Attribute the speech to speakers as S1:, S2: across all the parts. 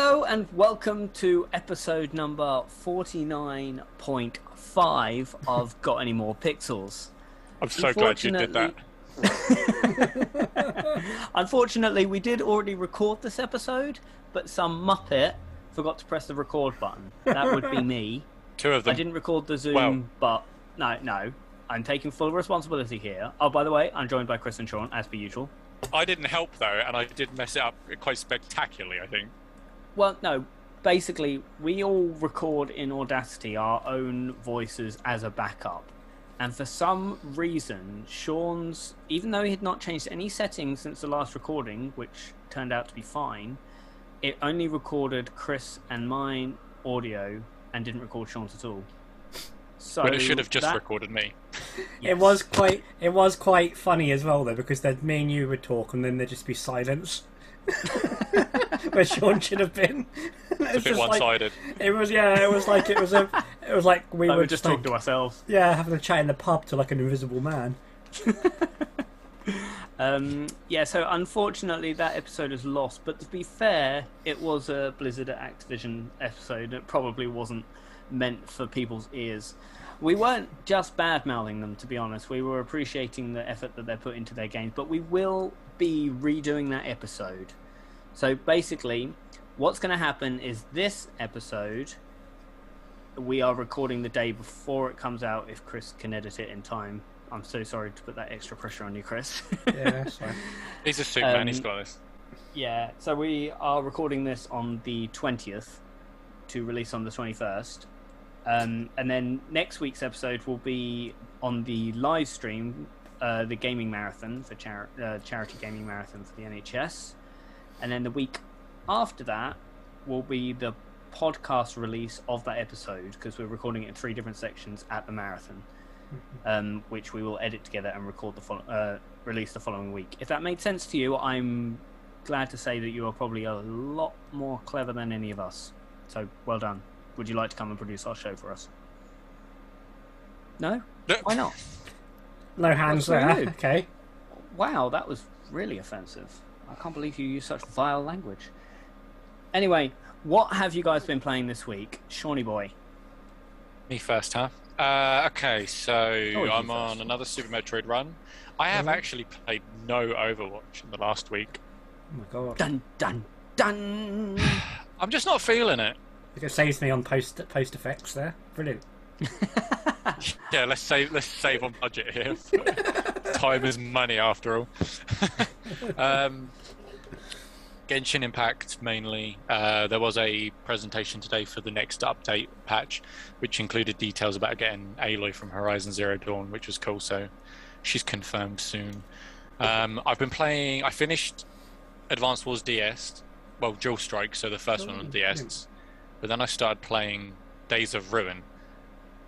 S1: and welcome to episode number 49.5 of Got Any More Pixels.
S2: I'm so glad you did that.
S1: Unfortunately, we did already record this episode, but some Muppet forgot to press the record button. That would be me.
S2: Two of
S1: I
S2: them.
S1: didn't record the Zoom,
S2: Well-
S1: but no, no. I'm taking full responsibility here. Oh, by the way, I'm joined by Chris and Sean, as per usual.
S2: I didn't help though, and I did mess it up quite spectacularly. I think.
S1: Well, no. Basically, we all record in Audacity our own voices as a backup. And for some reason, Sean's, even though he had not changed any settings since the last recording, which turned out to be fine, it only recorded Chris and mine audio and didn't record Sean's at all. So
S2: But it should have just
S1: that-
S2: recorded me.
S3: It was quite it was quite funny as well though because then me and you would talk and then there'd just be silence. Where Sean should have been.
S2: It's a bit one-sided.
S3: it was yeah, it was like it was a it was like we
S1: Like,
S3: were
S1: we just
S3: like,
S1: talk to ourselves.
S3: Yeah, having a chat in the pub to like an invisible man.
S1: Um, yeah, so unfortunately that episode is lost, but to be fair, it was a Blizzard at Activision episode. It probably wasn't meant for people's ears. We weren't just bad mouthing them, to be honest. We were appreciating the effort that they put into their games, but we will be redoing that episode. So basically, what's going to happen is this episode we are recording the day before it comes out if Chris can edit it in time. I'm so sorry to put that extra pressure on you, Chris.
S3: Yeah, sorry.
S2: He's a Superman.
S1: Um,
S2: he's got this.
S1: Yeah, so we are recording this on the 20th to release on the 21st. Um, and then next week's episode will be on the live stream, uh, the gaming marathon for chari- uh, charity gaming marathon for the NHS. And then the week after that will be the podcast release of that episode because we're recording it in three different sections at the marathon, um, which we will edit together and record the fol- uh, release the following week. If that made sense to you, I'm glad to say that you are probably a lot more clever than any of us. So well done. Would you like to come and produce our show for us? No?
S2: No.
S1: Why not?
S3: No hands
S1: That's what
S3: there.
S1: we do.
S3: Okay.
S1: Wow, that was really offensive. I can't believe you used such vile language. Anyway, what have you guys been playing this week? Shawnee boy.
S2: Me first, huh? Uh, okay, so
S1: Oh, you
S2: I'm
S1: first. Uh-huh.
S2: on another Super Metroid run. I have actually played no Overwatch in the last week.
S3: Oh my god.
S1: Dun dun dun.
S2: I'm just not feeling it.
S3: Like it saves me on post post effects there. Brilliant.
S2: Yeah, let's save let's save on budget here. Time is money after all. um, Genshin Impact mainly. Uh, there was a presentation today for the next update patch, which included details about getting Aloy from Horizon Zero Dawn, which was cool. So she's confirmed soon. Um, I've been playing. I finished Advanced Wars DS. Well, Dual Strike, so the first one on
S3: Oh,
S2: DS. But then I started playing Days of Ruin,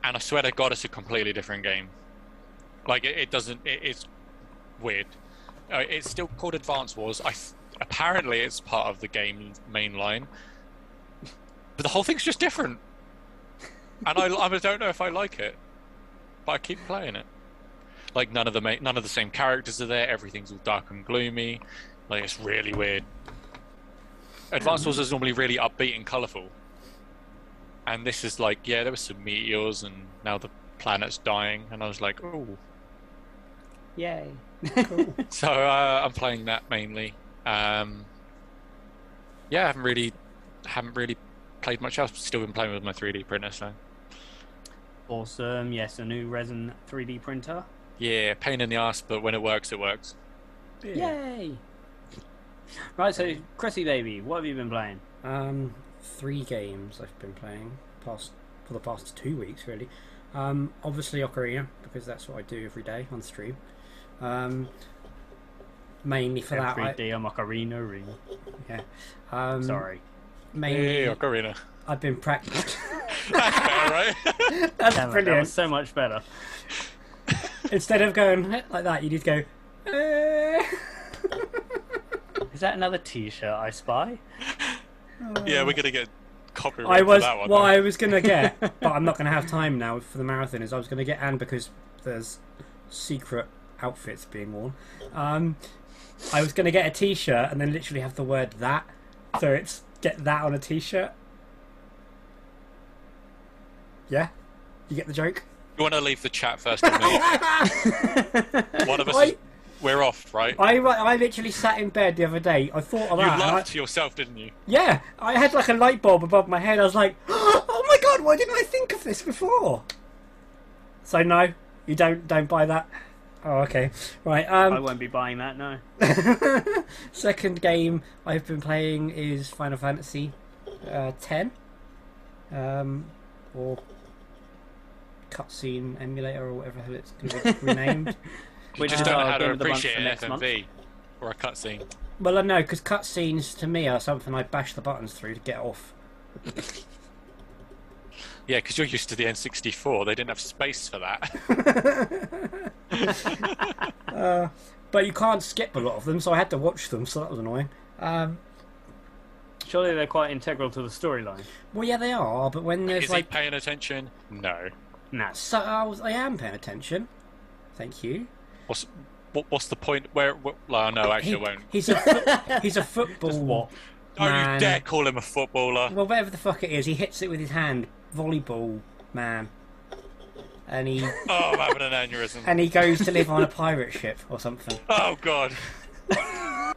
S2: and I swear to God, it's a completely different game. Like it, it doesn't. It, it's weird. Uh, it's still called Advance Wars. I th- apparently it's part of the game main line, but the whole thing's just different. And I, I don't know if I like it, but I keep playing it. Like none of the ma- none of the same characters are there. Everything's all dark and gloomy. Like it's really weird. Advance Wars is normally really upbeat and colourful, and this is like yeah, there were some meteors, and now the planet's dying, and I was like, oh.
S1: Yay.
S2: So uh, I'm playing that mainly. Um, yeah, I haven't really haven't really played much else. Still been playing with my 3D printer, so
S1: Awesome. Yes, a new resin 3D printer.
S2: yeah, pain in the ass, but when it works, it works.
S1: Yay. Right, so Cressy baby, what have you been playing?
S3: Um, three games I've been playing past for the past two weeks, really. Um, obviously Ocarina because that's what I do every day on stream. Um, mainly for that, I,
S1: 3D Macarena ring.
S3: yeah. Um,
S1: Sorry.
S3: Mainly,
S2: Hey, Ocarina.
S3: I've been practicing.
S2: That's better, right?
S3: that's
S1: Damn it, That
S3: brilliant.
S1: was so much better.
S3: Instead of going like that, you just go. "Eh."
S1: Is that another T-shirt I spy?
S2: yeah, we're gonna get copyright
S3: I was
S2: for that one.
S3: what
S2: though.
S3: I was gonna get, but I'm not gonna have time now for the marathon. Is I was gonna get Anne because there's secret outfits being worn. Um, I was gonna get a T-shirt and then literally have the word that, so it's get that on a t-shirt. Yeah, you get the joke.
S2: You want to leave the chat first of all. One of us, is,
S3: I,
S2: we're off, right?
S3: I, I literally sat in bed the other day. I thought of
S2: you
S3: that. and I-
S2: laughed to yourself, didn't you?
S3: yeah, I had like a light bulb above my head. I was like, "Oh my god, why didn't I think of this before?" So no, you don't don't buy that. Oh, okay, right. Um,
S1: I won't be buying that. No.
S3: Second game I've been playing is Final Fantasy uh, 10, um, or cutscene emulator or whatever the hell it's going to be renamed.
S1: We
S3: Uh,
S2: Just
S1: just
S2: don't know
S1: our
S2: how to
S1: game of the month
S2: appreciate
S1: for
S2: an
S1: next month.
S2: FMV or a cutscene.
S3: Well, I know because cutscenes to me are something I bash the buttons through to get off.
S2: Yeah, because you're used to the N64. They didn't have space for that.
S3: But you can't skip a lot of them, so I had to watch them, so that was annoying. Um,
S1: Surely they're quite integral to the storyline.
S3: well, yeah, they are, but when there's
S2: Is
S3: like
S2: he paying attention? No.
S1: Nah.
S3: so, I, was, I am paying attention. Thank you.
S2: What's what, what's the point? Where? where oh, no, actually,
S3: He-
S2: I won't.
S3: He's a fo- he's a football.
S1: what?
S2: Don't
S3: man.
S2: you dare call him a footballer.
S3: Well, whatever the fuck it is, he hits it with his hand. Volleyball man. And he
S2: Oh, I'm having an aneurysm.
S3: and he goes to live on a pirate ship or something.
S2: Oh God.
S3: And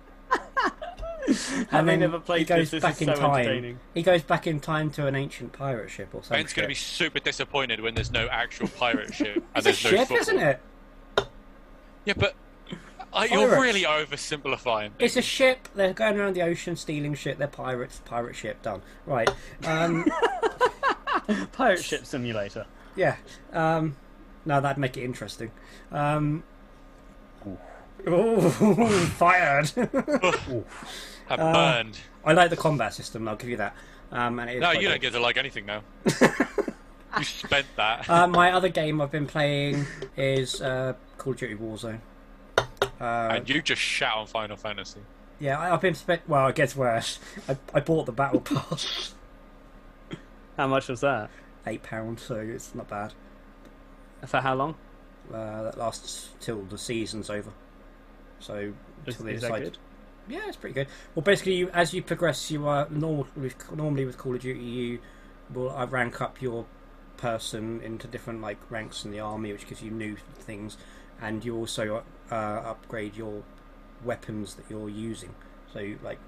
S1: they
S3: then
S1: never played
S3: he goes
S1: this? This
S3: back
S1: is
S3: in
S1: so
S3: time.
S1: entertaining.
S3: He goes back in time to an ancient pirate ship or something.
S2: Ben's going to be super disappointed when there's no actual pirate ship and
S3: It's a
S2: there's no
S3: ship,
S2: football.
S3: isn't it?
S2: Yeah, but uh, you're
S3: Pirates.
S2: really oversimplifying.
S3: It's a ship. They're going around the ocean stealing shit. They're pirates. Pirate ship done. Right. Um,
S1: Pirate Ship Simulator.
S3: yeah. Um, no, that'd make it interesting. Um, oh, fired.
S2: I'm
S3: uh,
S2: burned.
S3: I like the combat system. I'll give you that. Um, and it is
S2: No,
S3: quite
S2: you
S3: good.
S2: don't get to like anything now. you spent that.
S3: Uh, my other game I've been playing is uh, Call of Duty Warzone.
S2: and you just shout on Final Fantasy.
S3: Yeah, I, I've been spent. Well, it gets worse. I, I bought the Battle Pass,
S1: How much was that?
S3: eight pounds, so it's not bad.
S1: For how long?
S3: Uh, that lasts till the season's over. So
S1: Is,
S3: until they
S1: is that
S3: decide.
S1: good?
S3: Yeah, it's pretty good. Well, basically, you, as you progress, you are normal, with, normally with Call of Duty, you will uh, rank up your person into different like ranks in the army, which gives you new things, and you also uh, upgrade your weapons that you're using. So, like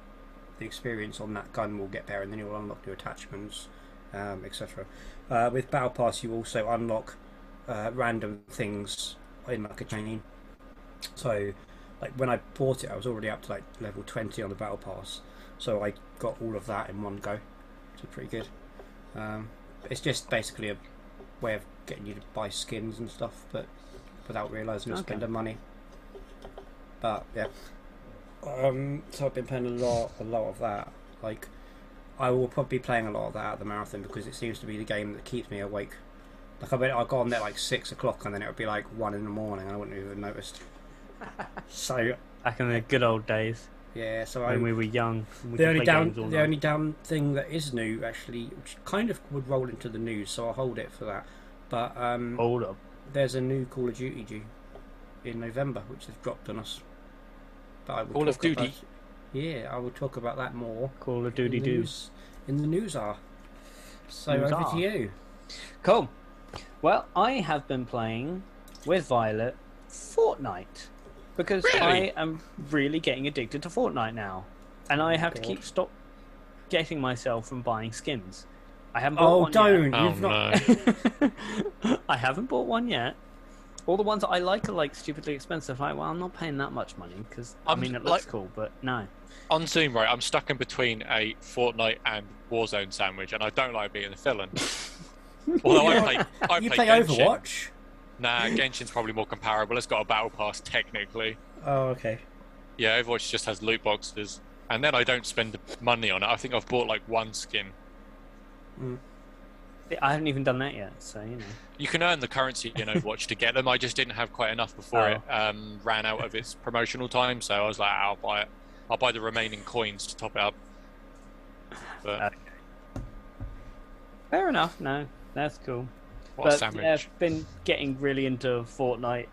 S3: the experience on that gun will get better, and then you'll unlock new attachments, um, etc. Uh, with Battle Pass, you also unlock uh, random things in like a chain. So, like when I bought it, I was already up to like level twenty on the battle pass, so I got all of that in one go, which is pretty good. Um, it's just basically a way of getting you to buy skins and stuff, but without realizing you're
S1: Okay.
S3: spending money. But yeah, um, so I've been playing a lot, a lot of that. Like, I will probably be playing a lot of that at the marathon because it seems to be the game that keeps me awake. Like I bet I got on there like six o'clock and then it would be like one in the morning and I wouldn't have even noticed. so
S1: Back in the good old days
S3: yeah, so I
S1: when we were young. and we
S3: the
S1: could
S3: only
S1: play
S3: down
S1: games all
S3: the
S1: night.
S3: only down thing that is new actually, which kind of would roll into the news, so I'll hold it for that. But um,
S1: Hold up.
S3: there's a new Call of Duty due in November, which they've dropped on us. But I will
S2: Call of
S3: talk about-
S2: Duty?
S3: yeah, I will talk about that more
S1: Call of
S3: in the
S1: Duty Doo.
S3: news- in the news. Are so
S1: News
S3: over
S1: are.
S3: to you.
S1: Cool. Well, I have been playing with Violet Fortnite because
S2: Really? Oh
S1: I am really getting addicted to Fortnite now, and I have to
S3: God.
S1: keep stop getting myself from buying skins. I haven't. Bought
S3: Oh,
S1: one
S3: don't!
S2: Oh
S3: You've not.
S2: no.
S1: Yet. I haven't bought one yet. All the ones that I like are like stupidly expensive. Like, well, I'm not paying that much money because I
S2: I'm
S1: mean it
S2: like-
S1: looks cool, but no.
S2: on Zoom, right? I'm stuck in between a Fortnite and Warzone sandwich, and I don't like being a villain. Although I play, I
S3: you play
S2: play, Genshin.
S3: Overwatch.
S2: Nah, Genshin's probably more comparable. It's got a battle pass technically.
S3: Oh, okay.
S2: Yeah, Overwatch just has loot boxes, and then I don't spend the money on it. I think I've bought like one skin.
S1: I haven't even done that yet, so you know.
S2: You can earn the currency in Overwatch to get them. I just didn't have quite enough before it um, ran out of its promotional time, so I was like, I'll buy it. I'll buy the remaining coins to top it up. But
S1: Uh, Fair enough. No, that's cool.
S2: what a
S1: but
S2: sandwich!
S1: yeah, I've been getting really into Fortnite,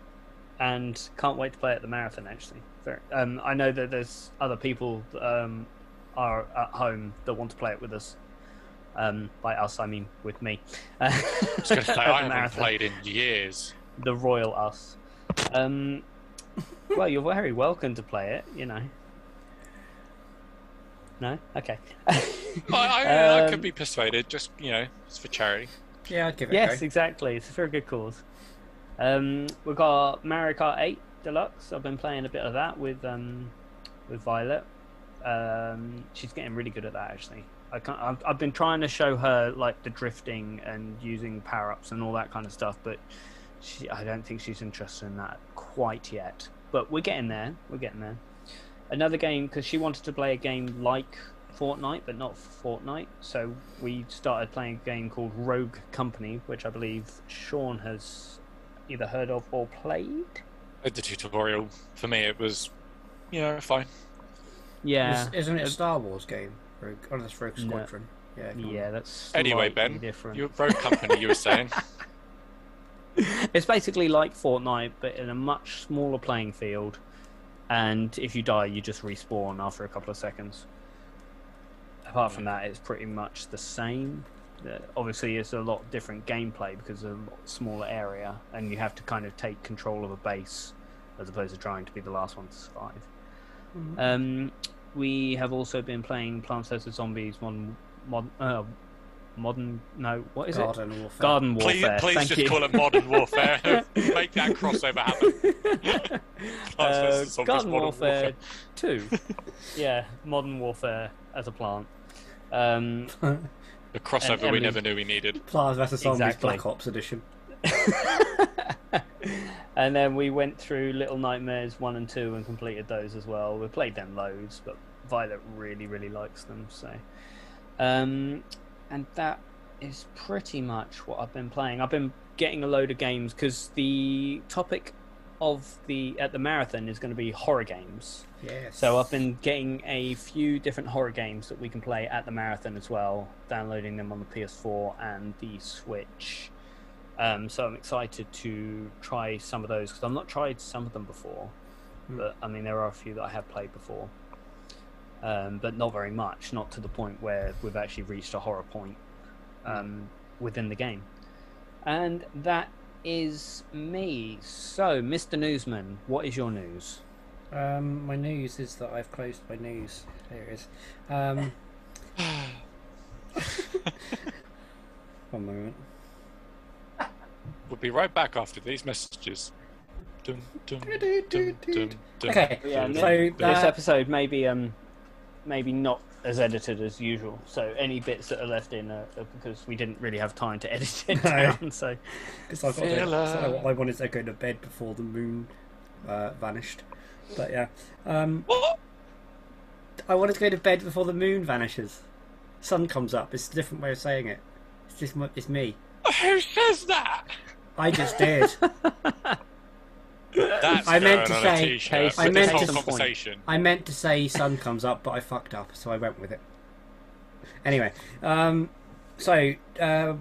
S1: and can't wait to play at the marathon. Actually, Fair- um, I know that there's other people um, are at home that want to play it with us. Um, by us, I mean with me. I
S2: I was going to say, I haven't played in years.
S1: the royal us. Um, well, you're very welcome to play it, you know. No? Okay.
S2: I, I, I
S1: Um,
S2: could be persuaded, just, you know, it's for charity.
S3: Yeah, I'd give it
S1: yes,
S3: a go.
S1: exactly. It's a very good cause. Um, we've got Mario Kart 8 Deluxe. I've been playing a bit of that with um, with Violet. Um, she's getting really good at that, actually. I can't, I've, I've been trying to show her like the drifting and using power ups and all that kind of stuff, but she, I don't think she's interested in that quite yet. But we're getting there. We're getting there. Another game because she wanted to play a game like Fortnite, but not Fortnite. So we started playing a game called Rogue Company, which I believe Sean has either heard of or played.
S2: With the tutorial, for me, it was, you know, fine.
S1: Yeah,
S3: Is- Isn't it a Star Wars game? Rogue, oh, that's Rogue
S1: No.
S3: Squadron. Yeah. if I'm-
S1: yeah, that's
S2: Anyway,
S1: slightly
S2: Ben,
S1: different.
S2: Your road company, you were saying.
S1: It's basically like Fortnite, but in a much smaller playing field. And if you die, you just respawn after a couple of seconds. Apart from that, it's pretty much the same. Uh, Obviously, it's a lot different gameplay because of a lot smaller area, and you have to kind of take control of a base as opposed to trying to be the last one to survive.
S3: Mhm.
S1: Um, we have also been playing Plants vs Zombies Modern, mod, uh, modern. No, what is it?
S3: Garden Warfare.
S1: Garden
S2: please
S1: Warfare.
S2: please
S1: Thank
S2: just
S1: you.
S2: call it Modern Warfare. Make that crossover happen. Plants
S1: uh,
S2: versus Zombies
S1: Garden
S2: Modern
S1: Warfare
S2: Warfare.
S1: 2. yeah, Modern Warfare as a plant. Um,
S2: The crossover
S1: Emily.
S2: we never knew we needed.
S3: Plants vs Zombies
S1: Exactly.
S3: Black Ops Edition.
S1: and then we went through Little Nightmares 1 and 2 and completed those as well. We played them loads, but Violet really, really likes them. So, um, And that is pretty much what I've been playing. I've been getting a load of games because the topic of the at the marathon is going to be horror games
S3: Yes.
S1: So I've been getting a few different horror games that we can play at the marathon as well, downloading them on the PS4 and the Switch. Um, so I'm excited to try some of those because I've not tried some of them before,
S3: Hmm.
S1: but I mean there are a few that I have played before, um, but not very much, not to the point where we've actually reached a horror point
S3: Hmm.
S1: um, within the game. And that is me. So, Mr. Newsman, what is your news?
S3: Um, my news is that I've closed my news. There it is. Um, one moment.
S2: We'll be right back after these messages. Dun, dun,
S3: Do, do,
S2: dun,
S3: do,
S2: dun,
S3: do.
S2: dun,
S3: Okay,
S1: Yeah,
S2: dun,
S1: no-
S3: so
S2: dun.
S1: this
S3: Uh,
S1: episode maybe um maybe not as edited as usual so any bits that are left in are, are because we didn't really have time to edit it
S3: No.
S1: down so
S3: Because I've got to,
S2: Filler.
S3: so what I wanted to go to bed before the moon uh, vanished. But yeah, um,
S2: What?
S3: I wanted to go to bed before the moon vanishes. Sun comes up. It's a different way of saying it. It's just my- it's me.
S2: Who says that?
S3: I just did.
S2: That's
S3: I
S2: going
S3: meant to
S2: on a
S3: say-
S2: t-shirt
S1: I meant
S2: with this whole
S1: to-
S2: conversation.
S3: I meant to say sun comes up, but I fucked up, so I went with it. Anyway, um, so uh,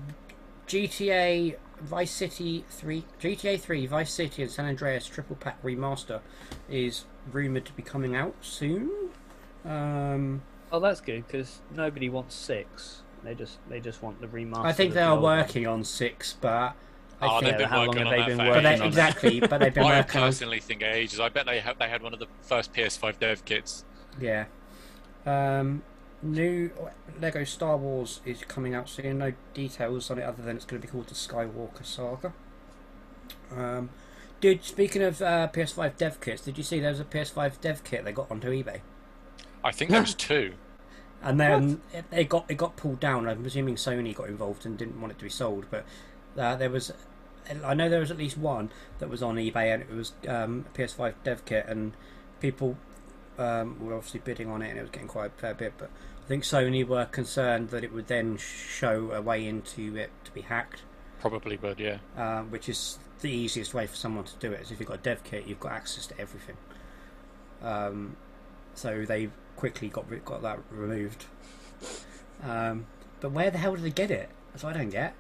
S3: GTA Vice City three, GTA three, Vice City and San Andreas Triple Pack Remaster is rumored to be coming out soon. Um,
S1: oh that's good because nobody wants six they just they just want the remaster
S3: I think they are working on six, but I
S2: Oh,
S3: think
S2: they've been
S1: how long have
S2: working on
S1: they
S2: that
S1: been
S2: for
S1: working
S3: but they,
S2: ages.
S1: on that?
S3: exactly, but they've been
S2: I
S3: working on
S2: personally think ages. I bet they ha- they had one of the first PS5 dev kits.
S3: Yeah. Um, new Lego Star Wars is coming out soon. No details on it other than it's going to be called the Skywalker Saga. Um, dude, speaking of uh, PS5 dev kits, did you see there was a PS5 dev kit they got onto eBay?
S2: I think there was two.
S3: And then it, it got it got pulled down. I'm presuming Sony got involved and didn't want it to be sold. But uh, there was, I know there was at least one that was on eBay and it was um, a PS5 dev kit, and people um, were obviously bidding on it, and it was getting quite a fair bit. But I think Sony were concerned that it would then show a way into it to be hacked,
S2: Probably would, yeah.
S3: uh, which is the easiest way for someone to do it. Is if you've got a dev kit, you've got access to everything. Um, so they quickly got ri- got that removed. Um, but where the hell did they get it? That's what I don't get.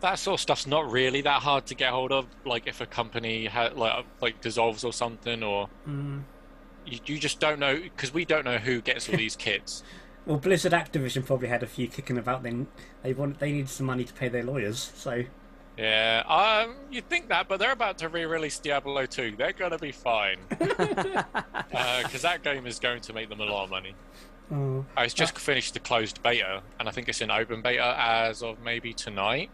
S2: That sort of stuff's not really that hard uh,
S3: Mm.
S2: to get hold of. Like if a company ha- like like dissolves or something, or you, you just don't know because we don't know who gets all these kits.
S3: Well, Blizzard Activision probably had a few kicking about. Then they want they needed some money to pay their lawyers. So
S2: Yeah, um, you'd think that, but they're about to re-release Diablo 2. They're gonna be fine because that game is going to make them a lot of money.
S3: oh,
S2: I was Uh, just finished the closed beta, and I think it's in open beta as of maybe tonight.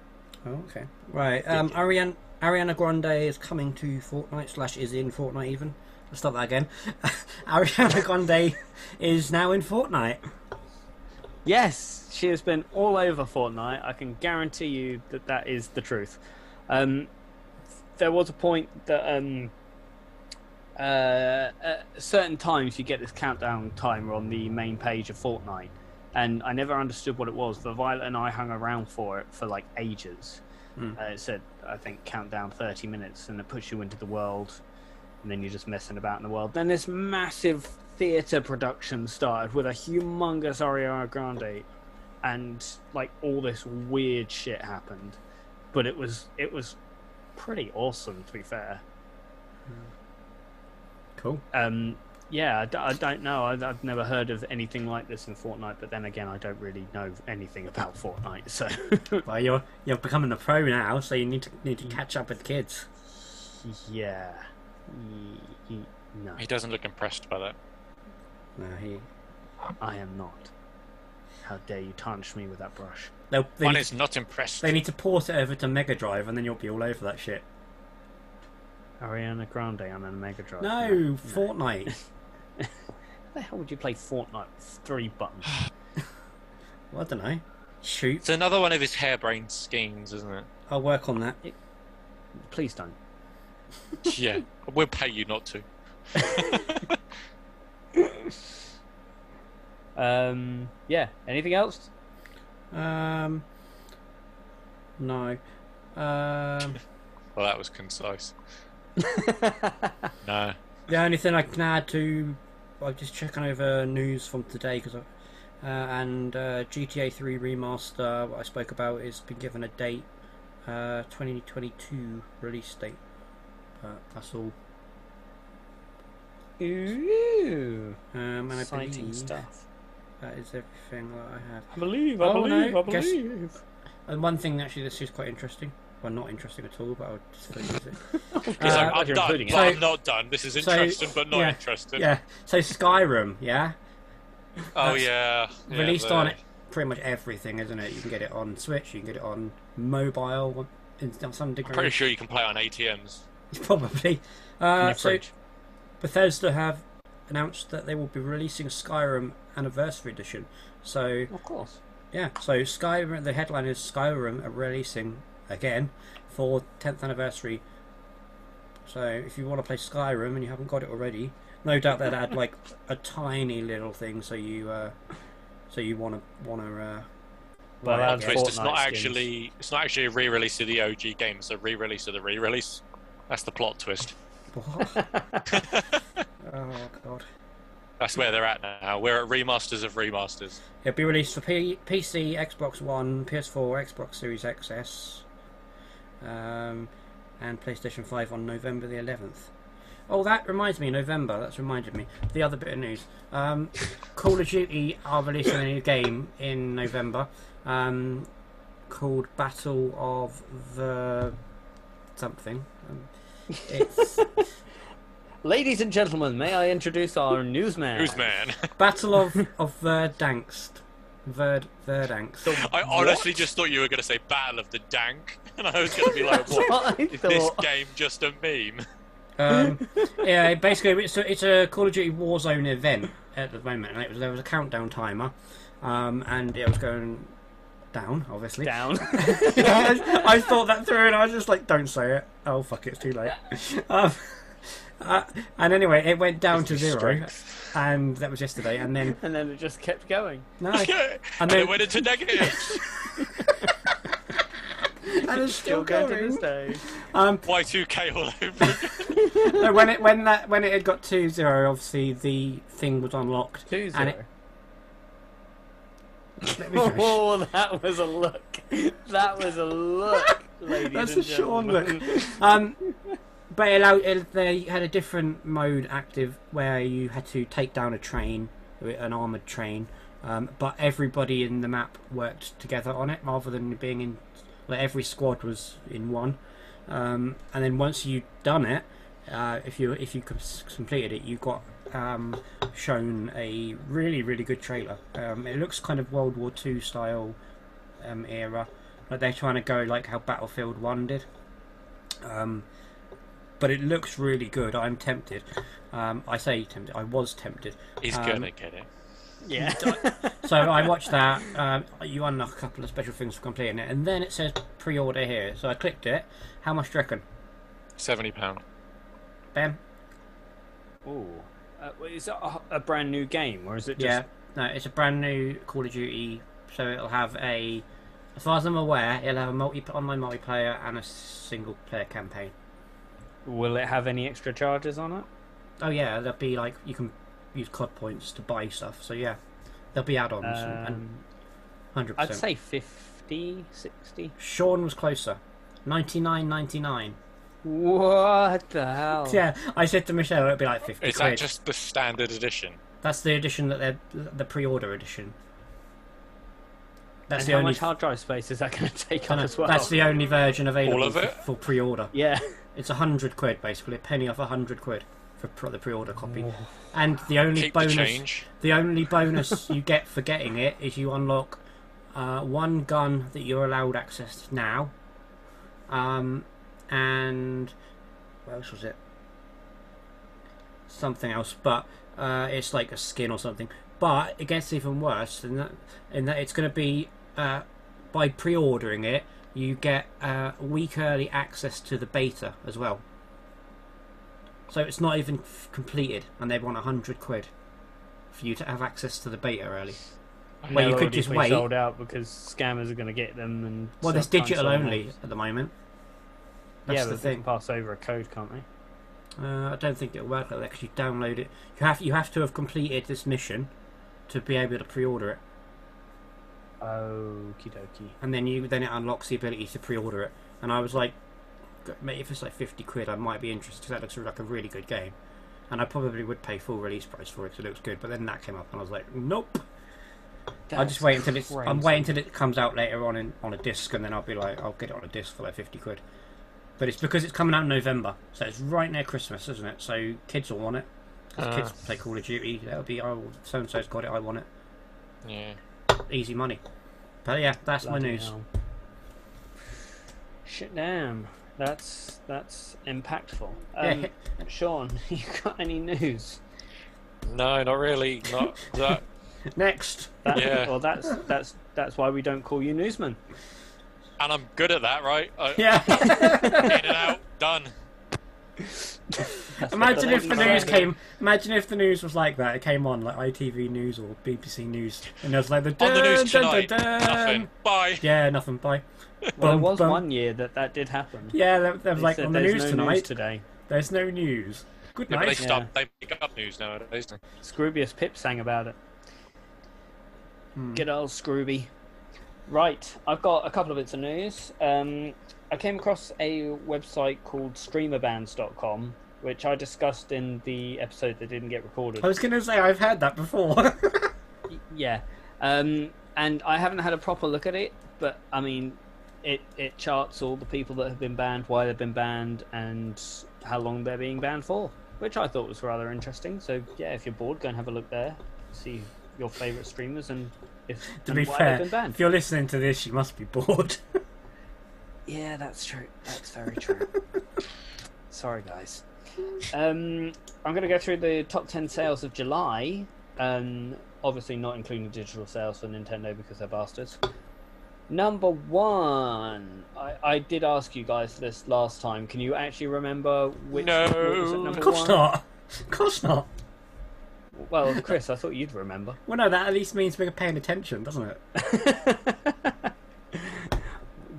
S3: oh, okay, right. Um, Ariana Ariana Grande is coming to Fortnite slash is in Fortnite even. Let's stop that again. Ariana Grande is now in Fortnite.
S1: Yes, she has been all over Fortnite. I can guarantee you that that is the truth. Um, there was a point that um, uh, at certain times you get this countdown timer on the main page of Fortnite, and I never understood what it was. But Violet and I hung around for it for like ages.
S3: Mm.
S1: Uh, it said, I think, countdown 30 minutes, and it puts you into the world, and then you're just messing about in the world. Then this massive theatre production started with a humongous Ariana Grande, and like all this weird shit happened, but it was it was pretty awesome to be fair.
S3: Cool.
S1: Um, yeah, I, d- I don't know. I, I've never heard of anything like this in Fortnite, but then again, I don't really know anything about Fortnite, so
S3: Well, you're you're becoming a pro now, so you need to need to catch up with the kids.
S1: yeah, Y- y- no,
S2: He doesn't look impressed by that.
S3: No, he.
S1: I am not. How dare you tarnish me with that brush?
S3: they'll- They
S2: One
S3: need,
S2: is not impressed.
S3: they need to port it over to Mega Drive, and then you'll be all over that shit.
S1: Ariana Grande on a Mega Drive.
S3: No, Fortnite.
S1: How the hell would you play Fortnite with three buttons?
S3: Well, I don't know. Shoot.
S2: It's another one of his harebrained schemes, isn't it?
S3: I'll work on that.
S1: Please don't.
S2: yeah, we'll pay you not to.
S1: Um, yeah. Anything else?
S3: Um. No. Um.
S2: Well, that was concise.
S3: Uh,
S2: no.
S3: The only thing I can add to, I'm just checking over news from today because, uh, and uh, GTA 3 remaster, what I spoke about, is been given a date, uh, 2022 release date. But that's all.
S1: Ooh,
S3: Um, and I
S1: exciting
S3: believe
S1: stuff.
S3: that is everything that I have.
S1: I believe.
S3: I Oh, no, believe, I guess-
S1: believe.
S3: And one thing actually that's just quite interesting, well, not interesting at all, but I'll just use it.
S2: He's
S3: Uh,
S2: like, I'm
S1: you're
S2: done,
S1: including
S2: but
S1: it.
S2: I'm not done. This is
S3: so-
S2: interesting, but not
S3: yeah,
S2: interesting.
S3: yeah. So Skyrim, yeah.
S2: oh
S3: that's
S2: yeah. yeah, uh,
S3: released
S2: the-
S3: on it pretty much everything, isn't it? You can get it on Switch, you can get it on mobile in some degree.
S2: Pretty sure you can play on ATMs.
S3: Probably. Uh,
S1: your
S3: so
S1: fridge.
S3: Bethesda have announced that they will be releasing Skyrim Anniversary Edition. So
S1: Of course.
S3: yeah, so Skyrim. The headline is Skyrim are releasing again for 10th anniversary. So if you want to play Skyrim and you haven't got it already, no doubt they'd add like a tiny little thing so you uh, so you want to want to. Uh,
S1: Well,
S3: buy it
S1: that's
S2: So
S3: again.
S2: it's just not
S1: Fortnite skins.
S2: actually it's not actually a re-release of the OG game. It's a re-release of the re-release. That's the plot twist.
S3: What? oh god.
S2: That's where they're at now. We're at remasters of remasters.
S3: It'll be released for P- PC, Xbox One, PS4, Xbox Series XS, um, and PlayStation 5 on November the 11th. Oh, that reminds me, November, that's reminded me. The other bit of news. Um, Call of Duty are releasing a new game in November um, called Battle of the something. Um, it's
S1: Ladies and gentlemen, may I introduce our newsman?
S2: Who's man?
S3: Battle of, of Verdangst. Verd, Verdangst.
S2: I honestly just thought you were going to say Battle of the Dank, and I was going to be like, what?
S1: What I
S2: Is this
S1: thought.
S2: game just a meme?
S3: Um, yeah, basically, it's a, it's a Call of Duty Warzone event at the moment, and it was, there was a countdown timer, um, and it was going down, obviously.
S1: Down.
S3: I, I thought that through, and I was just like, "Don't say it." Oh fuck, it's too late. Um, uh, and anyway, it went down to zero, and that was yesterday. And then
S1: and then it just kept going.
S3: no,
S2: Yeah.
S3: And
S2: And
S3: then-
S2: it went into negatives.
S3: and it's still
S1: going to
S3: going.
S1: this day.
S2: Y2K all over again.
S3: No, when it when that when it had got to zero, obviously the thing was unlocked.
S1: Two zero.
S3: And it, let me finish.
S1: Oh, that was a look. That was a look, ladies
S3: That's
S1: and
S3: a Sean
S1: gentlemen.
S3: look. Um, But it allowed, it, they had a different mode active where you had to take down a train, an armored train. Um, but everybody in the map worked together on it, rather than being in like every squad was in one. Um, and then once you'd done it, uh, if you if you cons- completed it, you got um, shown a really really good trailer. Um, it looks kind of World War Two style um, era, like they're trying to go like how Battlefield One did. Um, but it looks really good. I'm tempted. Um, I say tempted. I was tempted.
S2: He's
S3: Um,
S2: gonna get it.
S1: Yeah.
S3: So I watched that. Um, you unlock a couple of special things for completing it, and then it says pre-order here. So I clicked it. How much do you reckon,
S2: Seventy pound.
S3: Ben?
S1: Ooh. Uh, well, is it a, a brand new game, or is it just.
S3: Yeah, no, it's a brand new Call of Duty, so it'll have a, as far as I'm aware, it'll have a multi online multiplayer and a single player campaign.
S1: Will it have any extra charges on it?
S3: Oh yeah, there'll be like you can use COD points to buy stuff. So yeah, there'll be add-ons and- and
S1: Um,
S3: hundred
S1: I'd
S3: percent.
S1: say 50, 60.
S3: Sean was closer, ninety nine ninety nine.
S1: What the hell?
S3: Yeah, I said to Michelle it'd be like fifty
S2: Is
S3: quid.
S2: that just the standard edition?
S3: That's the edition that they're the pre-order edition. That's
S1: And
S3: the
S1: how
S3: only.
S1: much hard drive space is that going to take up
S3: kinda-
S1: as well?
S3: That's the only version available
S2: of
S3: for-
S2: it?
S3: for pre-order.
S1: Yeah.
S3: It's a hundred quid basically, a penny off a hundred quid for pro- the pre-order copy. And the only
S2: Keep
S3: bonus,
S2: the change.
S3: the only bonus you get for getting it is you unlock uh, one gun that you're allowed access now, um, and what else was it? Something else, but uh, it's like a skin or something. But it gets even worse in that, in that it's going to be uh, by pre-ordering it, you get uh, week early access to the beta as well. So it's not even f- completed, and they want hundred quid for you to have access to the beta early. Well, you
S1: They'll
S3: could just
S1: obviously
S3: wait.
S1: sold out because scammers are going to get them and.
S3: Well, there's
S1: sometimes
S3: digital
S1: someone
S3: only
S1: else.
S3: at the moment. That's
S1: yeah,
S3: the
S1: but they
S3: thing.
S1: can pass over a code, can't they?
S3: Uh, I don't think it'll work like that because you download it. You have you have to have completed this mission to be able to pre-order it,
S1: Okie dokie.
S3: and then you then it unlocks the ability to pre-order it. And I was like, "G- mate, if it's like fifty quid, I might be interested because that looks like a really good game, and I probably would pay full release price for it because it looks good. But then that came up, and I was like, nope. I'll just wait until it's. I'm waiting until it comes out later on in, on a disc, and then I'll be like, I'll get it on a disc for like fifty quid. But it's because it's coming out in November, so it's right near Christmas, isn't it? So kids will want it. 'Cause
S2: Uh.
S3: kids
S1: Ah.
S3: play Call of Duty. That'll be oh, so and so's got it. I want it.
S2: Yeah.
S3: Easy money. But yeah, that's my
S1: Bloody
S3: news.
S1: hell. Shit, damn. That's that's impactful. Um,
S3: Yeah.
S1: Sean, you got any news?
S2: No, not really. Not that.
S3: Next,
S1: That,
S2: Yeah.
S1: Well, that's that's that's why we don't call you newsman.
S2: And I'm good at that, right? I,
S3: yeah.
S2: In and out, done.
S1: That's what
S3: imagine if the
S1: ladies
S3: news
S1: say.
S3: came. Imagine if the news was like that. It came on like ITV News or BBC News, and there was like the
S2: On the news
S3: dun, dun,
S2: tonight.
S3: dun, dun.
S2: Nothing. Bye.
S3: Yeah, nothing. Bye.
S1: Well, there
S3: Bum,
S1: was
S3: bum.
S1: one year that that did happen.
S3: Yeah, that, that was
S1: They
S3: like
S1: said
S3: on the
S1: there's
S3: news
S1: no
S3: tonight.
S1: today.
S3: There's no news. Good
S2: Yeah, but they
S3: night.
S2: stop. They make up news nowadays.
S1: Scroobius Pip sang about it. Good old Scrooby. Right, I've got a couple of bits of news. Um, I came across a website called streamerbands.com, which I discussed in the episode that didn't get recorded.
S3: I was gonna say I've heard that before.
S1: Yeah, um, and I haven't had a proper look at it, but I mean, it it charts all the people that have been banned, why they've been banned, and how long they're being banned for, which I thought was rather interesting. So yeah, if you're bored, go and have a look there, see your favourite streamers and if
S3: to
S1: and
S3: be
S1: why
S3: fair,
S1: they've been banned.
S3: if you're listening to this, you must be bored.
S1: Yeah, that's true. That's very true. Sorry, guys. Um, I'm going to go through the top 10 sales of July. Um, obviously, not including digital sales for Nintendo because they're bastards. Number one. I, I did ask you guys for this last time. Can you actually remember which
S2: No.
S1: what was at number
S3: of course
S1: one?
S3: not. Of course not.
S1: Well, Chris, I thought you'd remember.
S3: Well, no, that at least means we're paying attention, doesn't it?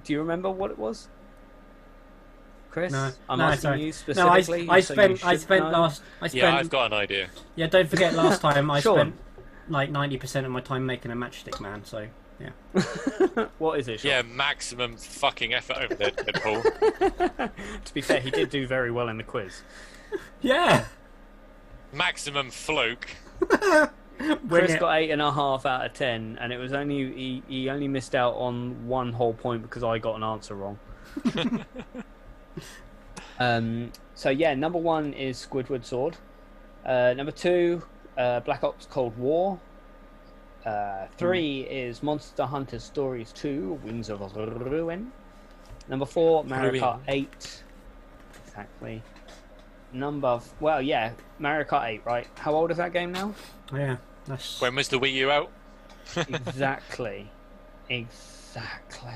S1: Do you remember what it was? Chris,
S3: No,
S1: I'm
S3: no,
S1: asking
S3: sorry.
S1: you
S3: No, I,
S1: specifically.
S3: I
S1: so you
S3: spent, I
S1: should
S3: spent
S1: know.
S3: last, I spent,
S2: Yeah, I've got an idea.
S3: yeah. Don't forget, last time I
S1: Sean.
S3: spent, like ninety percent of my time making a matchstick man. So yeah,
S1: What is it? Sean?
S2: Yeah, maximum fucking effort over there, Paul.
S1: to be fair, he did do very well in the quiz.
S3: yeah.
S2: maximum fluke.
S1: Chris got eight and a half out of ten, and it was only he, he only missed out on one whole point because I got an answer wrong. um, so yeah, number one is Squidward Sword. Uh, number two, uh, Black Ops Cold War. Uh, three is Monster Hunter Stories Two: Winds of Ruin. Number four, Mario
S2: Ruin.
S1: Kart Eight. Exactly. Number f- well, yeah, Mario Kart Eight. Right? How old is that game now?
S3: yeah, that's
S2: When was the Wii U out?
S1: exactly exactly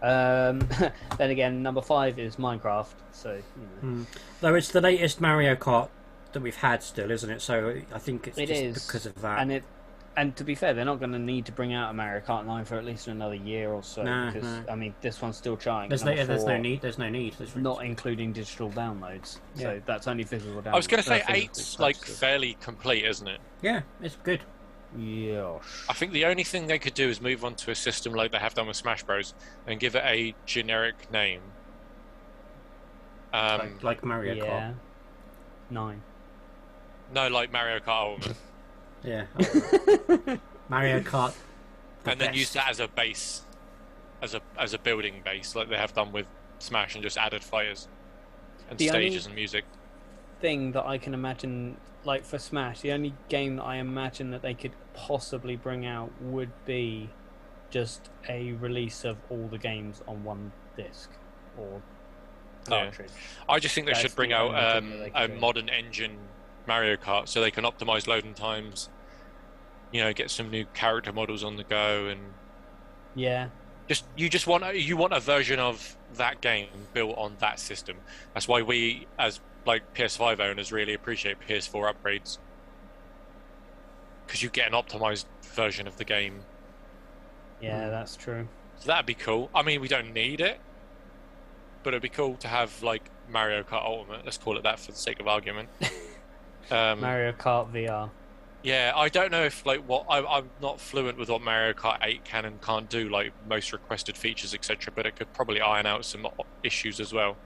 S1: um then again number five is minecraft so you know.
S3: Hmm. though it's the latest Mario Kart that we've had still, isn't it? So I think it's
S1: It
S3: just
S1: is,
S3: because of that.
S1: and it and to be fair they're not going to need to bring out a mario kart 9 for at least another year or so
S3: No,
S1: because
S3: no.
S1: i mean this one's still trying
S3: there's no,
S1: Number
S3: there's no
S1: four,
S3: need. There's no need. There's
S1: not including digital downloads so
S3: Yeah.
S1: that's only physical downloads
S2: I was going to
S1: uh,
S2: say
S1: physical
S2: eight's like
S1: purchases.
S2: fairly complete, isn't it?
S3: Yeah, it's good.
S1: yeah
S2: I think the only thing they could do is move on to a system like they have done with Smash Bros. and give it a generic name. Um,
S3: Like, like Mario
S1: yeah nine
S2: no, like Mario Kart Ultimate,
S3: Kart. Yeah. Oh. Mario Kart. the
S2: and then use
S3: best.
S2: that as a base, as a as a building base, like they have done with Smash, and just added fighters and
S1: The only-
S2: stages and music.
S1: thing that I can imagine, like for Smash, the only game that I imagine that they could possibly bring out would be just a release of all the games on one disc or cartridge.
S2: I just think they
S1: That's
S2: should bring
S1: the
S2: out
S1: only thing
S2: um,
S1: that they
S2: a
S1: could do.
S2: modern engine Mario Kart so they can optimize loading times. You know, get some new character models on the go, and
S1: Yeah,
S2: just you just want a, you want a version of that game built on that system. That's why we, as like PS5 owners, really appreciate PS4 upgrades because you get an optimized version of the game.
S1: yeah,
S2: Mm.
S3: Hmm.
S1: that's true.
S2: So that'd be cool. I mean, we don't need it, but it'd be cool to have like Mario Kart Ultimate. Let's call it that for the sake of argument. Um,
S1: Mario Kart VR.
S2: Yeah, I don't know if like what I, I'm not fluent with what Mario Kart 8 can and can't do, like most requested features, etc. But it could probably iron out some o- issues as well.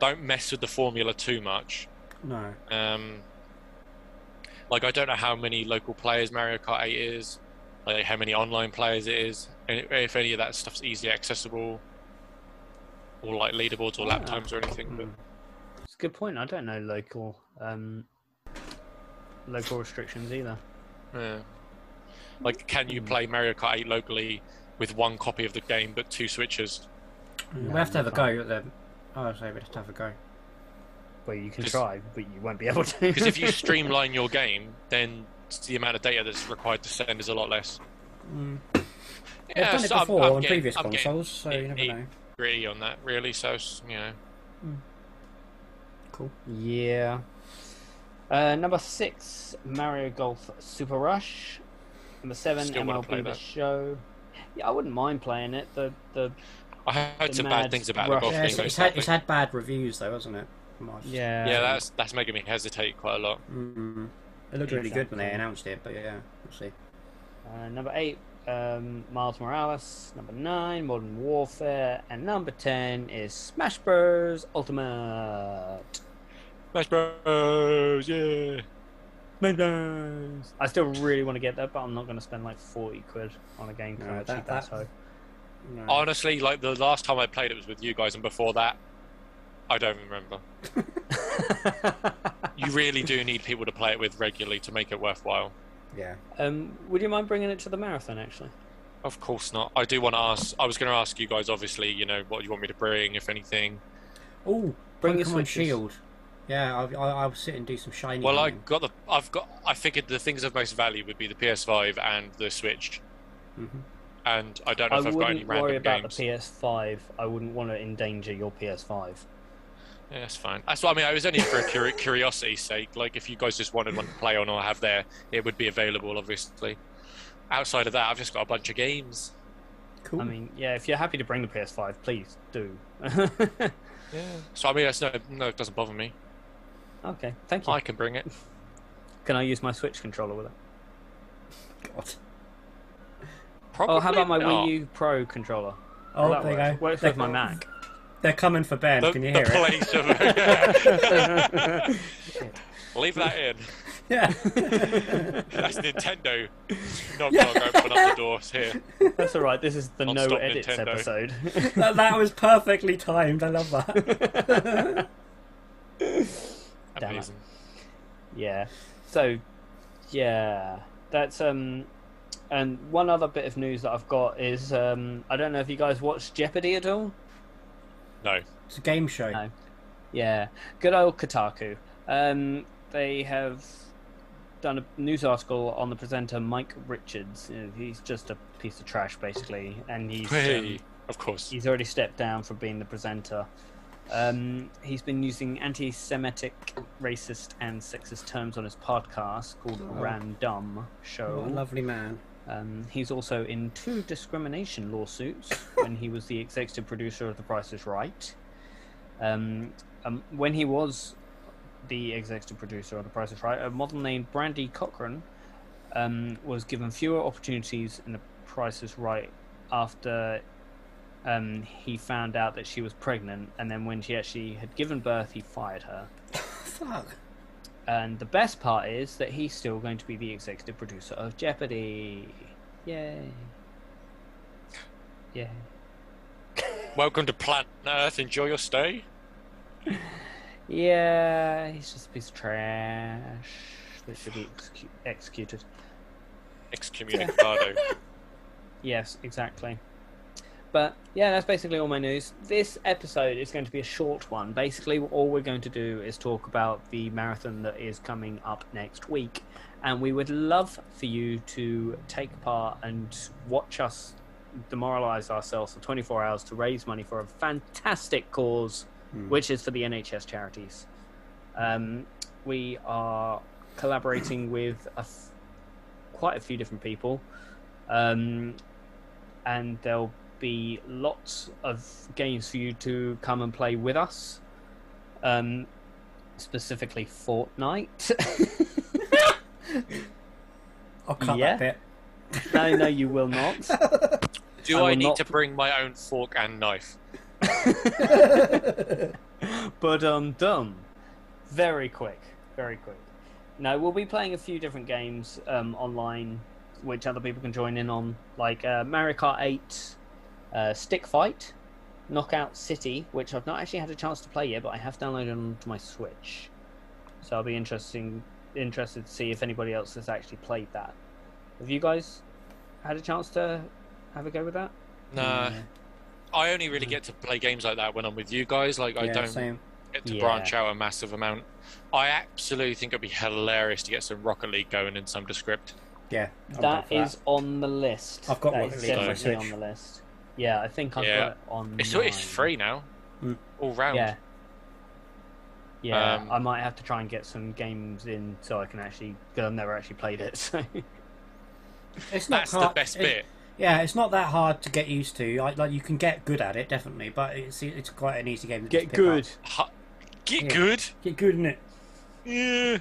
S2: Don't mess with the formula too much.
S3: No.
S2: Um, like I don't know how many local players Mario Kart 8 is, like how many online players it is, and if any of that stuff's easily accessible, or like leaderboards or lap
S1: Yeah.
S2: times or anything. But
S3: Mm.
S1: It's a good point. I don't know local um, local restrictions either.
S3: Mm.
S2: Yeah. Like, can you play Mario Kart 8 locally with one copy of the game but two switches?
S3: we have to have a go at them. Oh, I was able to have a go.
S1: Well, you can
S2: 'Cause-
S1: try, but you won't be able to.
S2: Because if you streamline your game, then the amount of data that's required to send is a lot less.
S3: Mm.
S2: Yeah,
S3: They've done it
S2: so I'm-
S3: before
S2: I'm
S3: on
S2: getting-
S3: previous
S2: I'm getting
S3: consoles, so you never
S2: it-
S3: know.
S2: greedy on that, really. So it's, you know,
S3: Cool.
S1: Yeah. Uh, number six, Mario Golf Super Rush. Number seven,
S2: Still wanna play
S1: MLB The
S2: that.
S1: Show. Yeah, I wouldn't mind playing it. The the
S2: I heard
S1: The
S2: some
S1: mad
S2: bad things about the
S1: rush.
S2: golf
S3: Yeah,
S2: game.
S3: it's,
S2: though,
S3: it's, had,
S2: sadly.
S3: it's had bad reviews though, hasn't it? From what I've-
S1: yeah.
S2: yeah, that's that's making me hesitate quite a lot.
S3: Mm. It looked really good when they
S1: Exactly.
S3: announced it, but yeah, we'll see.
S1: Uh, number eight, um, Miles Morales. Number nine, Modern Warfare, and number ten is Smash Bros. Ultimate.
S2: Smash Bros. Yeah.
S1: I still really want to get that, but I'm not going to spend like forty quid on a game.
S3: No,
S1: kind of
S3: that-
S1: cheap
S3: that-
S1: asshole.
S3: No.
S2: Honestly, like the last time I played it was with you guys, and before that, I don't remember. You really do need people to play it with regularly to make it worthwhile.
S3: Yeah.
S1: um, would you mind bringing it to the marathon? Actually.
S2: Of course not. I do want to ask. I was going to ask you guys, obviously, you know, what you want me to bring, if anything.
S3: Oh,
S1: Bring
S3: bring
S1: your
S3: Pokemon
S1: switches.
S3: Shield. Yeah, I, I, I'll sit and do some shiny.
S2: Well, I
S3: hunting.
S2: got the. I've got. I figured the things of most value would be the PS5 and the Switch,
S3: Mhm.
S2: and I don't know
S1: I
S2: if I've got any
S1: wouldn't worry
S2: random
S1: about
S2: games.
S1: the PS5. I wouldn't want to endanger your PS5.
S2: yeah, that's fine. That's what I mean. It was only for curi- curiosity's sake. Like, if you guys just wanted one to play on or have there, it would be available, obviously. Outside of that, I've just got a bunch of games.
S3: Cool.
S1: I mean, yeah, if you're happy to bring the PS5, please do.
S2: Yeah. So I mean, that's no, no, it doesn't bother me.
S1: okay, thank you.
S2: I can bring it.
S1: Can I use my Switch controller with it?
S3: God.
S2: Probably
S1: Oh, how about my
S2: not.
S1: Wii U Pro controller?
S3: Oh,
S1: that
S3: there you
S1: works.
S3: go.
S1: Works
S3: They're-
S1: with my Mac.
S3: They're coming for Ben.
S2: The,
S3: Can you
S2: the
S3: hear it?
S2: police have-
S1: Shit.
S2: Leave that in.
S3: Yeah.
S2: That's Nintendo. Knock, knock, open up the doors here.
S1: That's all right. This is the
S2: I'll
S1: no
S2: stop
S1: edits
S2: Nintendo.
S1: episode.
S3: that, that was perfectly timed. I love that.
S1: Damn it.
S2: Amazing.
S1: yeah. So, yeah, that's um, and one other bit of news that I've got is um, I don't know if you guys watch Jeopardy at all.
S2: No.
S3: it's a game show.
S1: No. Yeah, good old Kotaku. Um, they have done a news article on the presenter Mike Richards. You know, he's just a piece of trash, basically, and he's um,
S2: Hey, of course.
S1: he's already stepped down from being the presenter. Um, he's been using anti-Semitic, racist, and sexist terms on his podcast called
S3: Oh.
S1: Random
S3: What a
S1: Show.
S3: lovely man.
S1: Um, he's also in two discrimination lawsuits when he was the executive producer of The Price Is Right. Um, um, when he was the executive producer of The Price Is Right, a model named Brandy Cochran um, was given fewer opportunities in The Price Is Right after um, he found out that she was pregnant, and then when she actually had given birth, he fired her.
S3: Fuck.
S1: And the best part is that he's still going to be the executive producer of Jeopardy. Yay. Yeah.
S2: Welcome to Planet Earth. Enjoy your stay.
S1: Yeah, he's just a piece of trash that should be execu- executed.
S2: Excommunicado.
S1: Yes, exactly. But yeah, that's basically all my news. This episode is going to be a short one. Basically, all we're going to do is talk about the marathon that is coming up next week. And we would love for you to take part and watch us demoralize ourselves for 24 hours to raise money for a fantastic cause,
S3: Hmm.
S1: which is for the NHS charities. Um, we are collaborating with a f- quite a few different people um, and there'll be lots of games for you to come and play with us. Um, specifically Fortnite.
S3: I'll cut
S1: Yeah.
S3: that
S1: no, no, you will not. I
S2: Do
S1: will
S2: I, need
S1: not-
S2: to bring my own fork and knife?
S3: bit.
S1: but um, dumb. Very quick, very quick. No, we'll be playing a few different games um, online, which other people can join in on, like uh, Mario Kart 8, uh, Stick Fight, Knockout City, which I've not actually had a chance to play yet, but I have downloaded onto my Switch. So I'll be interesting, interested to see if anybody else has actually played that. Have you guys had a chance to have a go with that?
S2: No.
S1: Mm.
S2: I only really get to play games like that when I'm with you guys. Like, I
S3: yeah,
S2: don't
S3: same.
S2: get to
S1: Yeah.
S2: branch out a massive amount. I absolutely think it'd be hilarious to get some Rocket League going in some descript.
S3: Yeah, I'm down
S1: That
S3: for
S1: is on the list.
S3: I've got
S1: That
S3: Rocket
S1: is
S2: League on my
S1: definitely on
S3: Switch.
S1: the list. Yeah, I think I've
S2: Yeah.
S1: got it on.
S2: It's,
S1: mine.
S2: it's free now,
S3: Mm.
S2: all round.
S1: Yeah. Yeah,
S2: Um,
S1: I might have to try and get some games in so I can actually. Cause I've never actually played it. So.
S3: It's not
S2: That's the
S3: hard.
S2: best
S3: it-
S2: bit.
S3: Yeah, it's not that hard to get used to. Like, like you can get good at it, definitely, but it's it's quite an easy game to just
S1: Get
S3: pick up.
S1: good.
S2: Ha- Get
S3: Yeah.
S2: good.
S3: Get good in it.
S2: Yeah.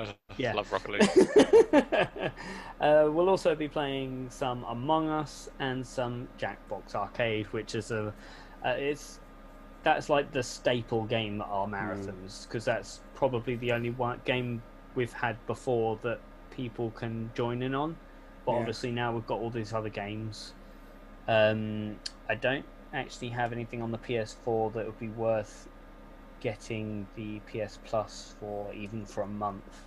S2: I
S1: Yeah.
S2: love Rocket League.
S1: uh, we'll also be playing some Among Us and some Jackbox Arcade, which is a uh, it's that's like the staple game at our
S3: Hmm.
S1: marathons because that's probably the only one game we've had before that people can join in on. But
S3: Yeah.
S1: obviously now we've got all these other games. Um, I don't actually have anything on the PS4 that would be worth getting the PS Plus for even for a month.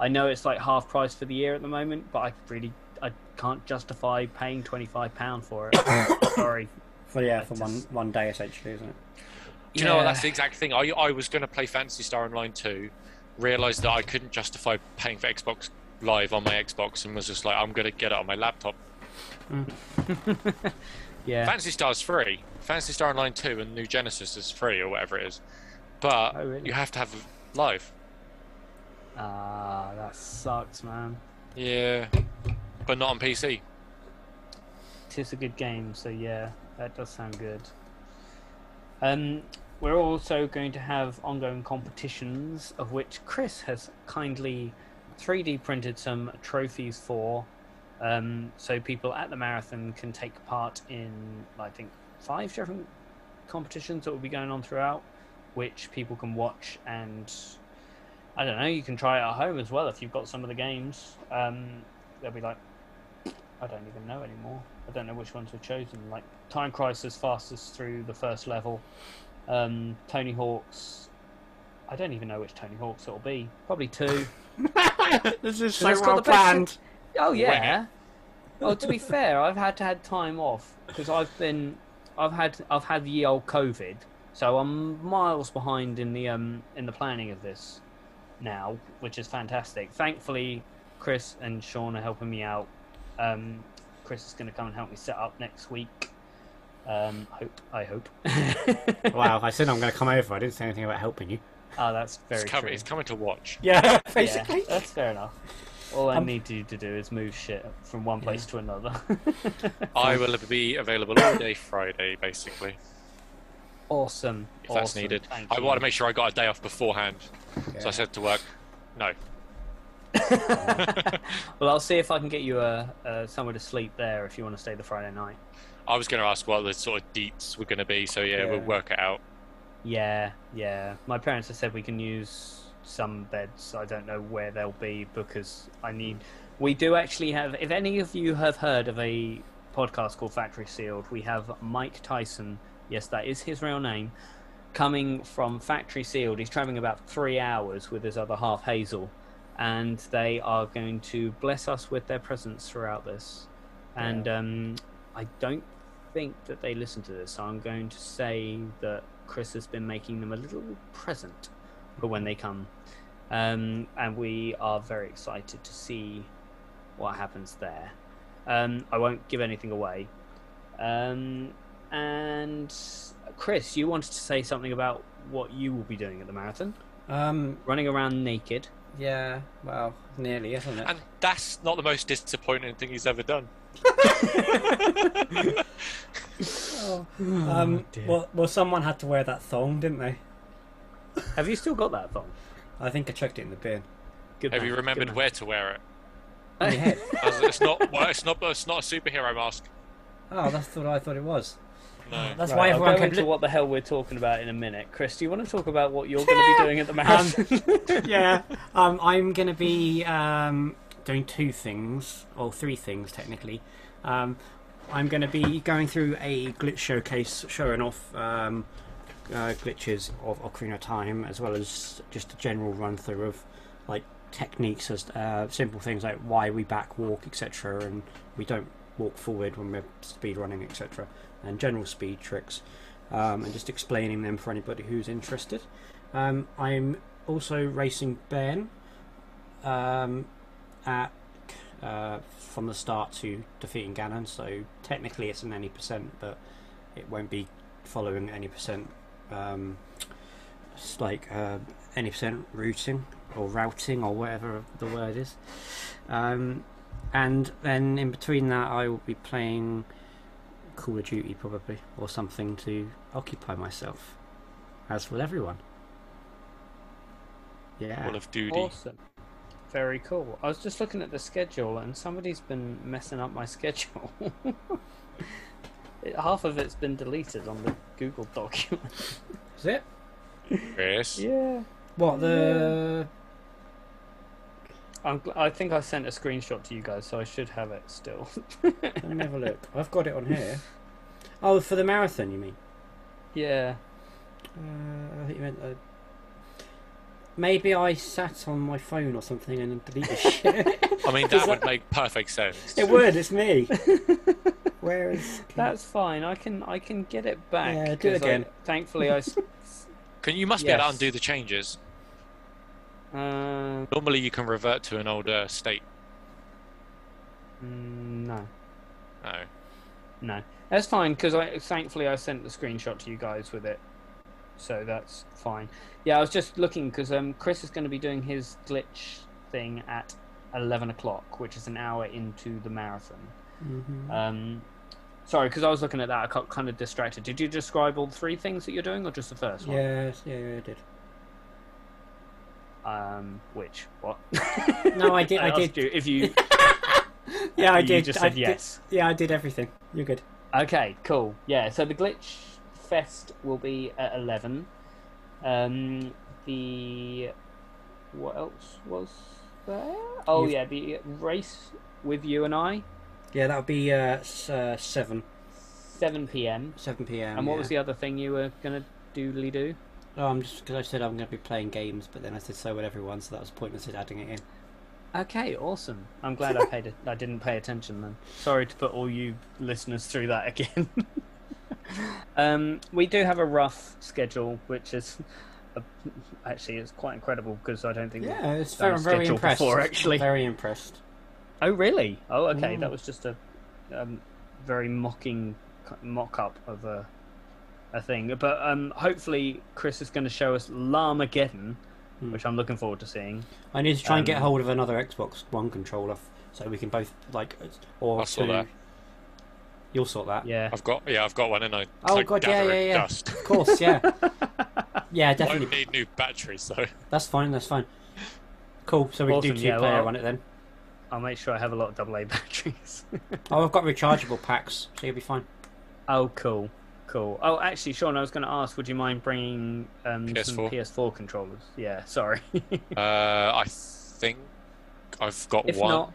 S1: I know it's like half price for the year at the moment, but I really I can't justify paying twenty five pound for it. Sorry.
S3: For yeah, for
S1: I
S3: one
S1: just-
S3: one day essentially, isn't it?
S2: Do you know what? That's
S1: Yeah.
S2: the exact thing. I, I was going to play Fantasy Star Online 2, realised that I couldn't justify paying for Xbox Live on my Xbox, and was just like, I'm going to get it on my laptop.
S1: Yeah.
S2: Fantasy Star's free. Fantasy Star Online 2 and New Genesis is free or whatever it is. But
S1: Oh, really?
S2: you have to have live.
S1: Ah, that sucks, man.
S2: Yeah. But not on PC.
S1: Tis a good game, so yeah, that does sound good. Um, we're also going to have ongoing competitions, of which Chris has kindly 3D printed some trophies for, um, so people at the marathon can take part in, I think, five different competitions that will be going on throughout, which people can watch and I don't know, you can try it at home as well if you've got some of the games. Um, they'll be like, I don't even know anymore. I don't know which ones were chosen. Like Time Crisis, fastest through the first level. Um, Tony Hawk's. I don't even know which Tony Hawk's it'll be. Probably two.
S4: this is
S1: so
S4: so
S1: it's got
S4: well
S1: the best-
S4: planned.
S1: Oh yeah. Well, to be fair, I've had to had time off because I've been, I've had I've had the old COVID, so I'm miles behind in the um in the planning of this now, which is fantastic. Thankfully, Chris and Sean are helping me out. Um, Chris is going to come and help me set up next week. Um, hope I hope.
S3: wow, I said I'm going to come over. I didn't say anything about helping you.
S1: oh, that's very
S2: It's, com-
S1: true.
S2: it's coming to watch.
S3: Yeah,
S1: Yeah, that's fair enough. All I
S3: Um,
S1: need you to do is move shit from one place to another.
S2: I will be available all day Friday, basically,
S1: Awesome.
S2: if that's
S1: awesome,
S2: needed.
S1: thank
S2: I
S1: you.
S2: want to make sure I got a day off beforehand, so I said to work, no.
S1: well, I'll see if I can get you a, a somewhere to sleep there if you want to stay the Friday night.
S2: I was going to ask what the sort of deets were going to be, so yeah, we'll
S3: Yeah.
S2: work it out.
S1: Yeah, yeah. My parents have said we can use some beds. I don't know where they'll be because I need. We do actually have. If any of you have heard of a podcast called Factory Sealed, we have Mike Tyson. Yes, that is his real name. Coming from Factory Sealed, he's traveling about three hours with his other half Hazel, and they are going to bless us with their presence throughout this. And um, I don't think that they listen to this, so I'm going to say that Chris has been making them a little present for when they come. Um, and we are very excited to see what happens there. Um, I won't give anything away. Um, and Chris, you wanted to say something about what you will be doing at the marathon
S3: Um,
S1: running around naked.
S3: yeah, well, nearly, isn't it?
S2: And that's not the most disappointing thing he's ever done.
S3: um, well, well, someone had to wear that thong, didn't they?
S1: Have you still got that thong?
S3: I think I chucked it in the bin.
S1: Good
S2: Have
S1: man,
S2: you
S1: good
S2: remembered
S1: man.
S2: where to wear it?
S3: On your head.
S2: As- It's not. Well, it's not. It's not a superhero mask.
S3: Oh, that's what I thought it was.
S2: No.
S3: That's
S1: Right,
S3: why
S1: I'll
S3: everyone
S1: go
S3: kept
S1: into
S3: li-
S1: what the hell we're talking about in a minute. Chris, do you want to talk about what you're going to be
S3: Um,
S1: doing at the marathon?
S3: yeah, um, I'm going to be um, doing two things, or three things technically. Um, I'm going to be going through a glitch showcase, showing off um, uh, glitches of Ocarina of Time, as well as just a general run through of like techniques, as uh, simple things like why we back walk, etc., and we don't walk forward when we're speed running, etc., and general speed tricks, um, and just explaining them for anybody who's interested. Um, I'm also racing Ben um, at uh, from the start to defeating Ganon. So technically, it's an any percent, but it won't be following any percent um, it's like uh, any percent routing or routing or whatever the word is. Um, and then in between that, I will be playing Call of Duty probably or something to occupy myself, as will everyone. Yeah.
S2: Call of Duty.
S1: Awesome. Very cool. I was just looking at the schedule, and somebody's been messing up my schedule. It- Half of it's been deleted on the Google document.
S3: Is it?
S2: Chris.
S1: Yeah.
S3: What the?
S1: I'm, gl- I think I sent a screenshot to you guys, so I should have it still.
S3: Let me have a look. I've got it on here. Oh, for the marathon, you mean?
S1: yeah.
S3: Uh, I think you meant. Uh... Maybe I sat on my phone or something and deleted shit.
S2: I mean, that would make perfect sense.
S3: it would. It's me. Where is?
S1: That's fine. I can I can get it back.
S3: Yeah, do it
S1: 'cause I-
S3: again.
S1: thankfully, I. s-
S2: Can you must be able to
S1: Yes.
S2: undo the changes?
S1: uh,
S2: Normally, you can revert to an older state.
S1: mm, no.
S2: No.
S1: No, that's fine because I thankfully I sent the screenshot to you guys with it, so that's fine. Yeah, I was just looking because um, Chris is going to be doing his glitch thing at eleven o'clock, which is an hour into the marathon.
S3: Mhm.
S1: Um, sorry, because I was looking at that, I got kind of distracted. Did you describe all three things that you're doing, or just the first one?
S3: Yes, yeah, yeah, I did.
S1: Um, which what?
S3: No, I did- I
S1: asked
S3: did.
S1: You if you,
S3: Yeah, I
S1: you
S3: did.
S1: just
S3: I
S1: said
S3: did-
S1: yes.
S3: Yeah, I did everything. You're good.
S1: Okay, cool. Yeah, so the glitch fest will be at eleven. Um, the what else was there? Oh
S3: You've-
S1: yeah, the race with you and I,
S3: Yeah, that would be uh, s- uh, seven,
S1: seven p.m.
S3: seven p.m.
S1: And what
S3: yeah.
S1: was the other thing you were gonna doodly do?
S3: Oh, I'm just because I said I'm going to be playing games, but then I said so will everyone, so that was pointless at adding it in.
S1: Okay, awesome. I'm glad I paid. I I didn't pay attention then. Sorry to put all you listeners through that again. um, we do have a rough schedule, which is uh, actually it's quite incredible because I don't think. we-
S3: Yeah, it's
S1: That
S3: very,
S1: was
S3: very
S1: scheduled
S3: impressed.
S1: before, actually.
S3: very impressed.
S1: Oh really? Oh okay.
S3: Mm.
S1: That was just a um, very mocking mock up of a a thing. But um, hopefully Chris is going to show us Larmageddon,
S3: Mm.
S1: which I'm looking forward to seeing.
S3: I need to try and get
S1: Um,
S3: hold of another Xbox One controller f- so we can both like it's- or
S2: I'll
S3: two.
S2: sort that.
S3: You'll sort that.
S1: Yeah.
S2: I've got yeah, I've got one, and I
S3: Oh,
S2: like
S3: God, yeah,
S2: gathering
S3: yeah, yeah.
S2: dust.
S3: Of course, yeah, yeah,
S2: I
S3: definitely.
S2: need new batteries though.
S3: That's fine. That's fine. Cool. So we
S1: Awesome,
S3: do two
S1: yeah,
S3: player
S1: well-
S3: on it then.
S1: I'll make sure I have a lot of AA batteries.
S3: Oh, I've got rechargeable packs, so you'll be fine.
S1: Oh, cool, cool. Oh, actually, Sean, I was going to ask, would you mind bringing um, some
S2: PS4?
S1: PS4 controllers? Yeah, sorry.
S2: Uh, I think I've got
S1: if
S2: one.
S1: not,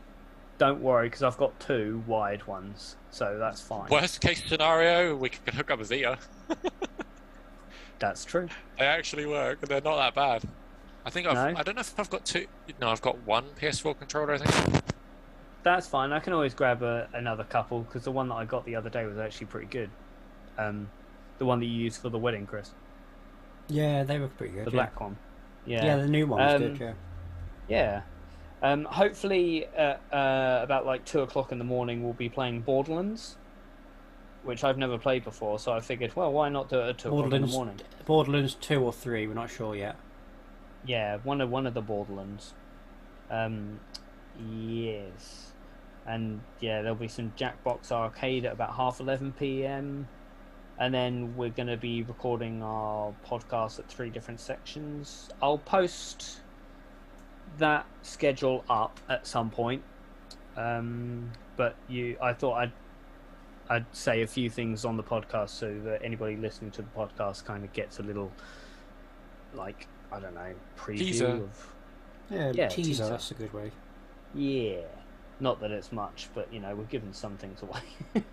S1: don't worry because I've got two wired ones, so that's fine.
S2: Worst case scenario, we can hook up a Vita.
S1: That's true.
S2: They actually work. They're not that bad. I think I've,
S1: No?
S2: I don't know if I've got two. No, I've got one PS4 controller. I think.
S1: That's fine. I can always grab a, another couple because the one that I got the other day was actually pretty good. Um, the one that you used for the wedding, Chris,
S3: Yeah, they were pretty good.
S1: the
S3: yeah.
S1: black one.
S3: Yeah. the new one was good.
S1: Um,
S3: Yeah.
S1: Yeah. Um, hopefully, uh, uh, about like two o'clock in the morning, we'll be playing Borderlands, which I've never played before. So I figured, well, why not do it at two o'clock in the
S3: Borderlands,
S1: morning?
S3: Borderlands two or three. We're not sure yet.
S1: Yeah, one of one of the Borderlands. Um, yes, and yeah, there'll be some Jackbox Arcade at about half eleven p.m. And then we're going to be recording our podcast at three different sections. I'll post that schedule up at some point. Um, but you, I thought I'd I'd say a few things on the podcast so that anybody listening to the podcast kind of gets a little like I don't know preview
S2: Teaser.
S1: of
S3: Yeah,
S1: Yeah,
S3: teaser,
S1: teaser.
S3: That's a good way.
S1: yeah. Not that it's much, but you know we're giving some things away.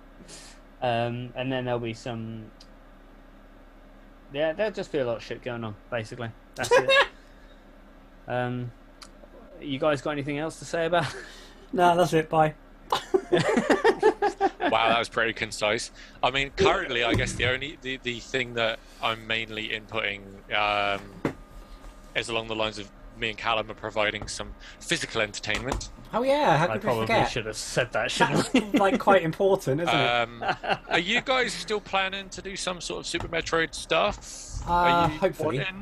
S1: um, and then there'll be some. Yeah, there'll just be a lot of shit going on. Basically, that's it. um, you guys got anything else to say about?
S3: No, that's it. Bye.
S2: Wow, that was pretty concise. I mean, currently, I guess the only the, the thing that I'm mainly inputting um, is along the lines of me and Callum are providing some physical entertainment.
S3: Oh yeah, how
S1: I
S3: could we
S1: probably
S3: forget?
S1: should Uh, have said that, shouldn't
S3: That's like quite important, isn't it?
S2: Um, are you guys still planning to do some sort of Super Metroid stuff?
S3: Uh,
S2: Are you
S3: hopefully.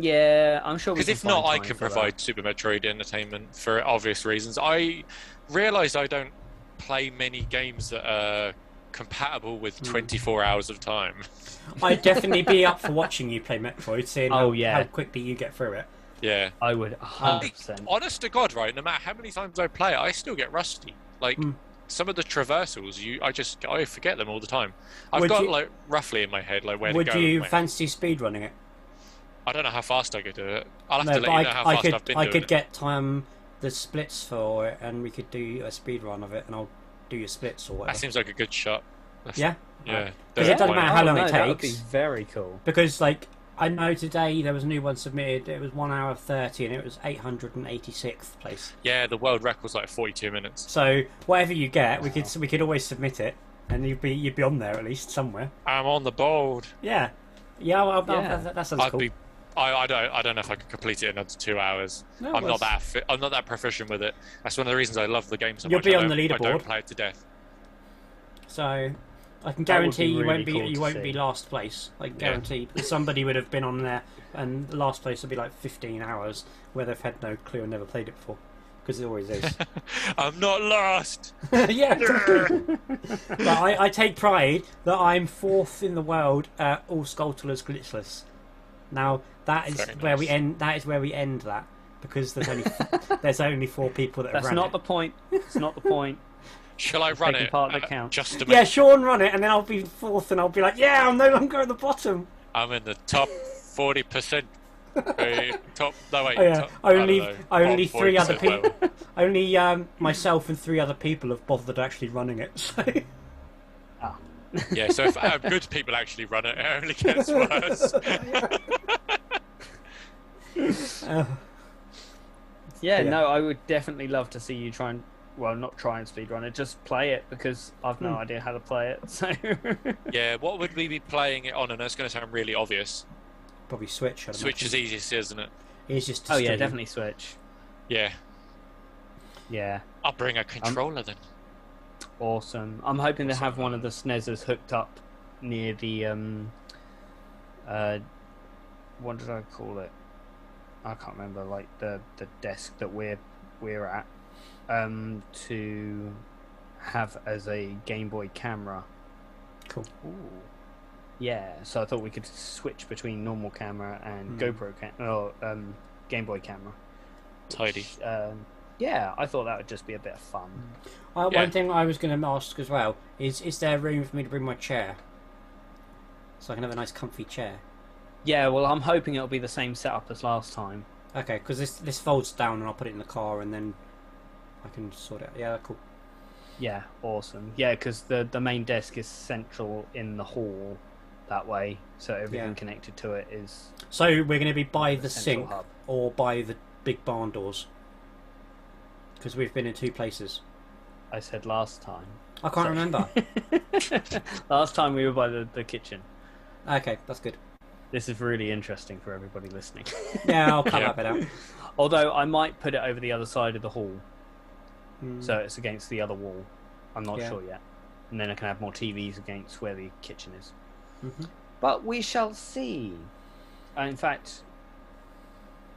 S1: Yeah, I'm sure. we
S2: Because
S1: can
S2: if not, I
S1: find time
S2: can
S1: for that.
S2: provide Super Metroid entertainment for obvious reasons. I realise I don't play many games that are compatible
S3: Hmm.
S2: with 24 hours of time.
S3: I'd definitely be up for watching you play Metroid, seeing
S1: Oh,
S3: how,
S1: yeah.
S3: how quickly you get through it.
S2: Yeah.
S1: I would 100. percent
S2: Honest to God, right? No matter how many times I play, it, I still get rusty. Like
S3: Mm.
S2: some of the traversals, you, I just I forget them all the time. I've
S3: Would
S2: got
S3: you-
S2: like roughly in my head like where
S3: Would
S2: to go.
S3: you
S2: and where-
S3: fancy speedrunning it?
S2: I don't know how fast I could do it. I'll have to
S3: but
S2: let you know how
S3: I, I
S2: fast
S3: could
S2: I've been
S3: I
S2: doing
S3: could
S2: it.
S3: get time the splits for it, and we could do a speed run of it, and I'll do your splits or
S2: That
S3: whatever.
S2: seems like a good shot.
S3: Yeah,
S2: Yeah.
S3: Because it doesn't
S2: why
S3: matter
S2: not?
S3: how long it
S1: Oh, That would be
S3: takes.
S1: very cool.
S3: because like I know today there was a new one submitted. It was one hour thirty, and it was eight hundred and eighty sixth place.
S2: Yeah, the world record's like 42 minutes.
S3: So whatever you get, we could we could always submit it, and you'd be you'd be on there at least somewhere.
S2: I'm on the board.
S3: Yeah, yeah, well, that-
S1: Yeah.
S3: That, that sounds
S2: I'd
S3: cool.
S2: be. I, I don't. I don't know if I could complete it in under two hours.
S3: No,
S2: I'm
S3: that's-
S2: not that. Fi- I'm not that proficient with it. That's one of the reasons I love the game so
S3: You'll
S2: much.
S3: be
S2: I
S3: on the
S2: don't- I
S3: leaderboard.
S2: don't play it to death.
S3: So I can
S1: That would
S3: guarantee
S1: be
S3: you
S1: really
S3: won't be
S1: cool
S3: you
S1: to
S3: won't
S1: see.
S3: be last place. Like
S2: Yeah.
S3: guarantee because somebody would have been on there, and the last place would be like fifteen hours where they've had no clue and never played it before. Because it always is.
S2: I'm not lost.
S3: yeah, exactly. but I, I take pride that I'm fourth in the world at all Skulltulers glitchless. Now That is
S2: Very
S3: where we
S2: nice.
S3: end. That is where we end that because there's only there's only four people that have
S1: That's
S3: run
S1: not
S3: it.
S1: the point. It's not the point.
S2: Shall I run
S1: taking
S2: it?
S1: part that
S2: uh,
S1: counts.
S2: Just to make
S3: Yeah, Sean run it, and then I'll be fourth, and I'll be like, yeah, I'm no longer at the bottom.
S2: I'm in the top forty percent. top no wait.
S3: Oh, yeah.
S2: top- I don't
S3: Only
S2: know,
S3: only
S2: bottom
S3: three other
S2: 40%
S3: people. only um, myself and three other people have bothered actually running it. So
S1: Ah.
S2: level. yeah, so if uh, good people actually run it, it only gets worse.
S3: Uh,
S1: Yeah,
S3: Yeah.
S1: no, I would definitely love to see you try and well, not try and speedrun it, just play it because I've no idea how to play it. So
S2: yeah, what would we be playing it on? And that's going to sound really obvious.
S3: probably switch. I'd
S2: Switch is
S3: imagine.
S2: easiest, isn't it?
S3: It's just to
S1: Oh yeah,
S3: stream.
S1: definitely Switch.
S2: Yeah,
S1: Yeah.
S2: I'll bring
S3: Um,
S2: a controller then.
S1: Awesome. I'm hoping to have one of the Snezzers hooked up near the um uh what did I call it? I can't remember like the the desk that we're we're at um to have as a Game Boy camera.
S3: Cool.
S1: Ooh. Yeah, so I thought we could switch between normal camera and GoPro cam- or um, Game Boy camera.
S2: Tidy.
S1: Um, yeah, I thought that would just be a bit of fun.
S3: Uh,
S2: Yeah.
S3: One thing I was going to ask as well is: is there room for me to bring my chair, so I can have a nice, comfy chair?
S1: Yeah, well, I'm hoping it'll be the same setup as last time.
S3: Okay, because this this folds down, and I'll put it in the car, and then I can sort it. out. Yeah, cool.
S1: Yeah, awesome. Yeah, because the the main desk is central in the hall, that way, so everything
S3: Yeah.
S1: connected to it is
S3: So we're going to be by the
S1: central
S3: sink
S1: hub.
S3: or by the big barn doors, because we've been in two places.
S1: I said last time.
S3: I can't remember.
S1: last time we were by the, the kitchen.
S3: okay, that's good.
S1: This is really interesting for everybody listening.
S3: Yeah, I'll cut
S2: Yeah.
S3: that bit out.
S1: Although I might put it over the other side of the hall,
S3: Hmm.
S1: so it's against the other wall. I'm not
S3: Yeah.
S1: sure yet. And then I can have more TVs against where the kitchen is.
S3: Mhm.
S1: But we shall see. Uh, In fact,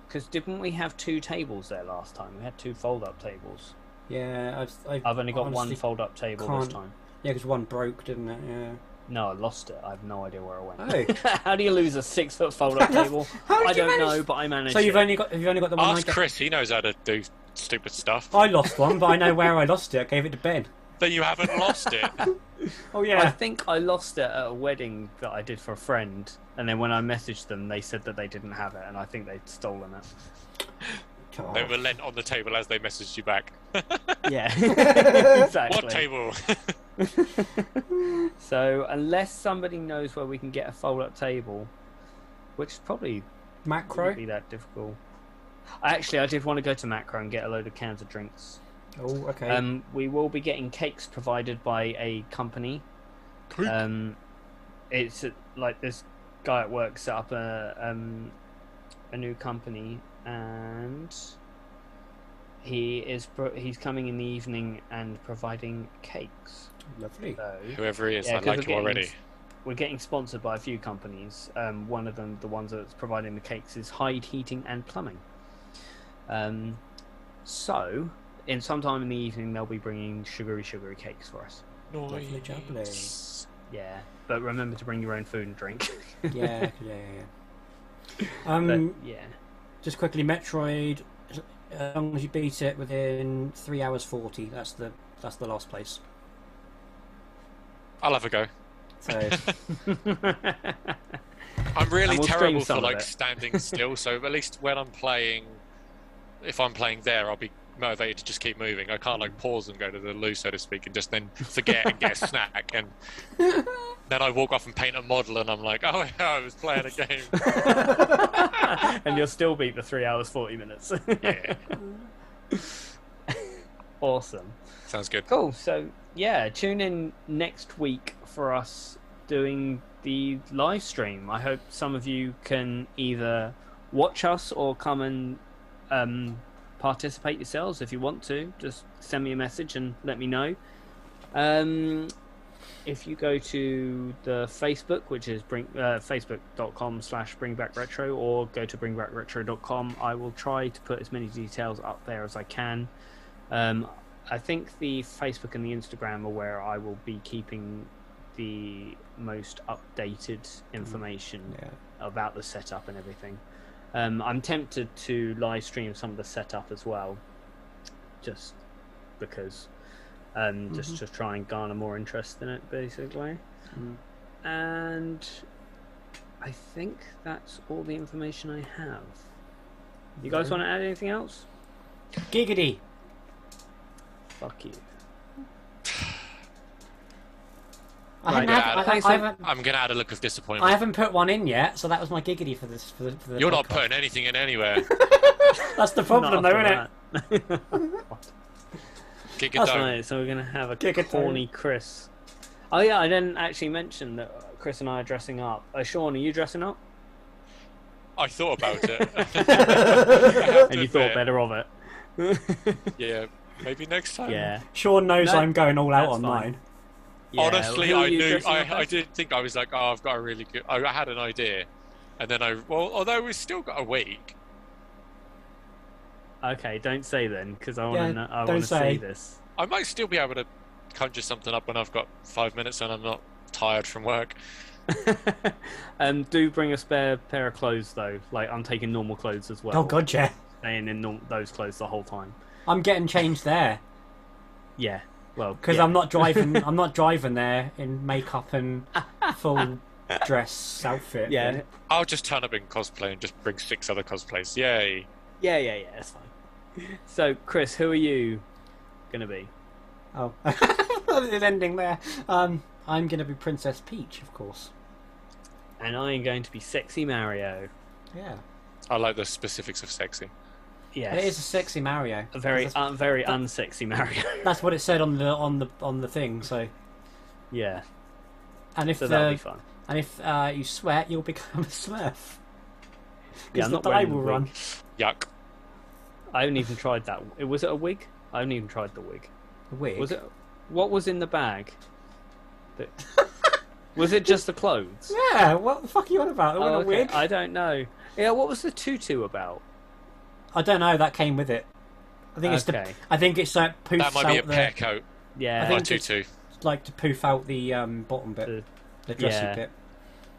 S1: because didn't we have two tables there last time? We had two fold up tables.
S3: Yeah, I've, I've,
S1: I've only got
S3: honestly-
S1: one fold up table
S3: can't-
S1: this time.
S3: Yeah, because one broke, didn't it? Yeah.
S1: No, I lost it. I have no idea where I went.
S3: Oh.
S1: How do you lose a six foot fold up table?
S3: How did
S1: I
S3: you
S1: don't
S3: manage-
S1: know, but I managed.
S3: So you've
S1: it.
S3: only got you've only got the one. I
S2: Ask
S3: get-
S2: Chris. He knows how to do stupid stuff.
S3: I lost one, but I know where I lost it. I gave it to Ben.
S2: Then you haven't lost it.
S3: Oh
S1: I
S3: yeah.
S1: think I lost it at a wedding that I did for a friend, and then when I messaged them, they said that they didn't have it, and I think they'd stolen it.
S3: God.
S2: They were lent on the table as they messaged you back.
S1: Yeah,
S2: What
S1: exactly.
S2: table?
S1: So unless somebody knows where we can get a fold-up table, which probably
S3: Macro.
S1: wouldn't be that difficult. Actually, I did want to go to Macro and get a load of cans of drinks.
S3: Oh okay.
S1: Um, we will be getting cakes provided by a company.
S2: Cake?
S1: Um, it's uh, like this guy at work set up a um, a new company, and he is pro- he's coming in the evening and providing cakes.
S3: Lovely.
S1: So
S2: Whoever he is,
S1: Yeah,
S2: I
S1: 'cause we're
S2: like you
S1: getting-
S2: already.
S1: we're getting sponsored by a few companies. Um, one of them, the ones that's providing the cakes, is Hyde Heating and Plumbing. Um, so, in sometime in the evening, they'll be bringing sugary, sugary cakes for us.
S3: Lovely jubbly.
S1: Yeah, but remember to bring your own food and drink.
S3: Yeah. okay, Yeah. yeah, yeah. Um,
S1: But, yeah,
S3: just quickly, Metroid. As long as you beat it within three hours forty, that's the that's the last place.
S2: I'll have a go.
S3: So
S2: I'm really
S1: And we'll stream
S2: terrible
S1: some
S2: for
S1: of
S2: like
S1: it.
S2: standing still, so at least when I'm playing, if I'm playing there, I'll be motivated to just keep moving. I can't
S1: Hmm.
S2: like pause and go to the loo, so to speak, and just then forget and get a snack, and then I walk off and paint a model, and I'm like, oh, I was playing a game.
S1: and you'll still beat the three hours forty minutes.
S2: yeah,
S1: awesome.
S2: sounds good.
S1: Cool. So yeah, tune in next week for us doing the live stream. I hope some of you can either watch us or come and um, participate yourselves if you want to. Just send me a message and let me know. Um, if you go to the Facebook, which is bring, uh, facebook.com slash bringbackretro, or go to bringbackretro.com, I will try to put as many details up there as I can. Um, I think the Facebook and the Instagram are where I will be keeping the most updated information
S3: yeah.
S1: about the setup and everything. Um, I'm tempted to live stream some of the setup as well, just because, um, just
S3: Mm-hmm.
S1: to try and garner more interest in it, basically.
S3: Mm.
S1: And I think that's all the information I have. You guys want to add anything else?
S3: Giggity.
S1: Fuck you.
S3: I,
S1: Right,
S3: haven't,
S2: I'm gonna
S3: had- I,
S2: add-
S3: haven't- I haven't,
S2: I'm gonna add a look of
S3: I
S2: disappointment.
S3: haven't put one in yet, so that was my giggity for this. For the, for the
S2: You're not
S3: podcast.
S2: putting anything in anywhere.
S3: That's the problem, though,
S1: Not
S3: isn't it?
S1: after that.
S2: Giga dome.
S1: Right, so we're gonna have a
S3: Kick it
S1: corny Chris. Oh yeah, I didn't actually mention that uh, Chris and I are dressing up. Uh, Sean, are you dressing up?
S2: I thought about it.
S1: And you thought better of it.
S2: Yeah, maybe next time.
S1: yeah.
S3: Sean knows
S1: No,
S3: I'm going all out
S1: that's
S3: on
S1: fine.
S3: mine.
S1: Yeah,
S2: Honestly,
S1: who are
S2: I
S1: you
S2: knew.
S1: dressing up
S2: I, I
S1: as?
S2: did think I was like, oh, I've got a really good. I, I had an idea, and then I. Well, although we still got a week.
S1: Okay, don't say then, because I want to.
S3: Yeah,
S1: know I
S3: don't
S1: want to
S3: say.
S1: see this.
S2: I might still be able to conjure something up when I've got five minutes and I'm not tired from work.
S1: um, do bring a spare pair of clothes though. Like I'm taking normal clothes as well.
S3: Oh god, yeah.
S1: staying in norm- those clothes the whole time.
S3: I'm getting changed there
S1: Yeah. Well,
S3: because
S1: yeah.
S3: I'm not driving. I'm not driving there in makeup and full dress outfit.
S1: Yeah.
S2: I'll just turn up in cosplay and just bring six other cosplays. Yay!
S1: Yeah, yeah, yeah. That's fine. So, Chris, who are you gonna be?
S3: Oh, it's ending there. Um, I'm gonna be Princess Peach, of course.
S1: and I am going to be sexy Mario.
S3: Yeah,
S2: I like the specifics of sexy.
S1: Yes,
S3: it is a sexy Mario.
S1: a very,
S3: That's,
S1: uh, very unsexy Mario.
S3: that's what it said on the on the on the thing. So,
S1: yeah,
S3: and if
S1: so that'll be
S3: the,
S1: fun.
S3: and if uh, you sweat, you'll become a Smurf.
S1: Yeah,
S3: Because
S1: I'm
S3: the
S1: not
S3: dye
S1: wearing the
S3: will
S1: wig.
S3: run.
S2: Yuck.
S1: I haven't even tried that. It was it a wig? I haven't even tried the wig.
S3: The wig.
S1: Was it? What was in the bag? That... was it just the clothes?
S3: Yeah. What the fuck are you on about? I want
S1: Oh,
S3: a
S1: okay,
S3: wig.
S1: I don't know. Yeah, what was the tutu about?
S3: I don't know. That came with it. I think it's to.
S1: Okay.
S3: I think it's like poofs
S2: That might be a
S3: out the
S2: pear coat.
S1: Yeah,
S3: I
S2: My
S3: think it's-
S2: tutu.
S3: like to poof out the um, bottom bit,
S1: The-
S3: the, dressy
S1: yeah.
S3: bit.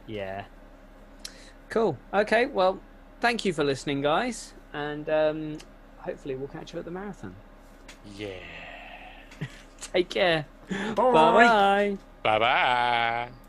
S1: yeah. Cool. Okay. Well, thank you for listening, guys, and um, hopefully we'll catch you at the marathon.
S2: Yeah.
S1: Take care.
S3: Bye.
S1: Bye bye.
S2: Bye bye.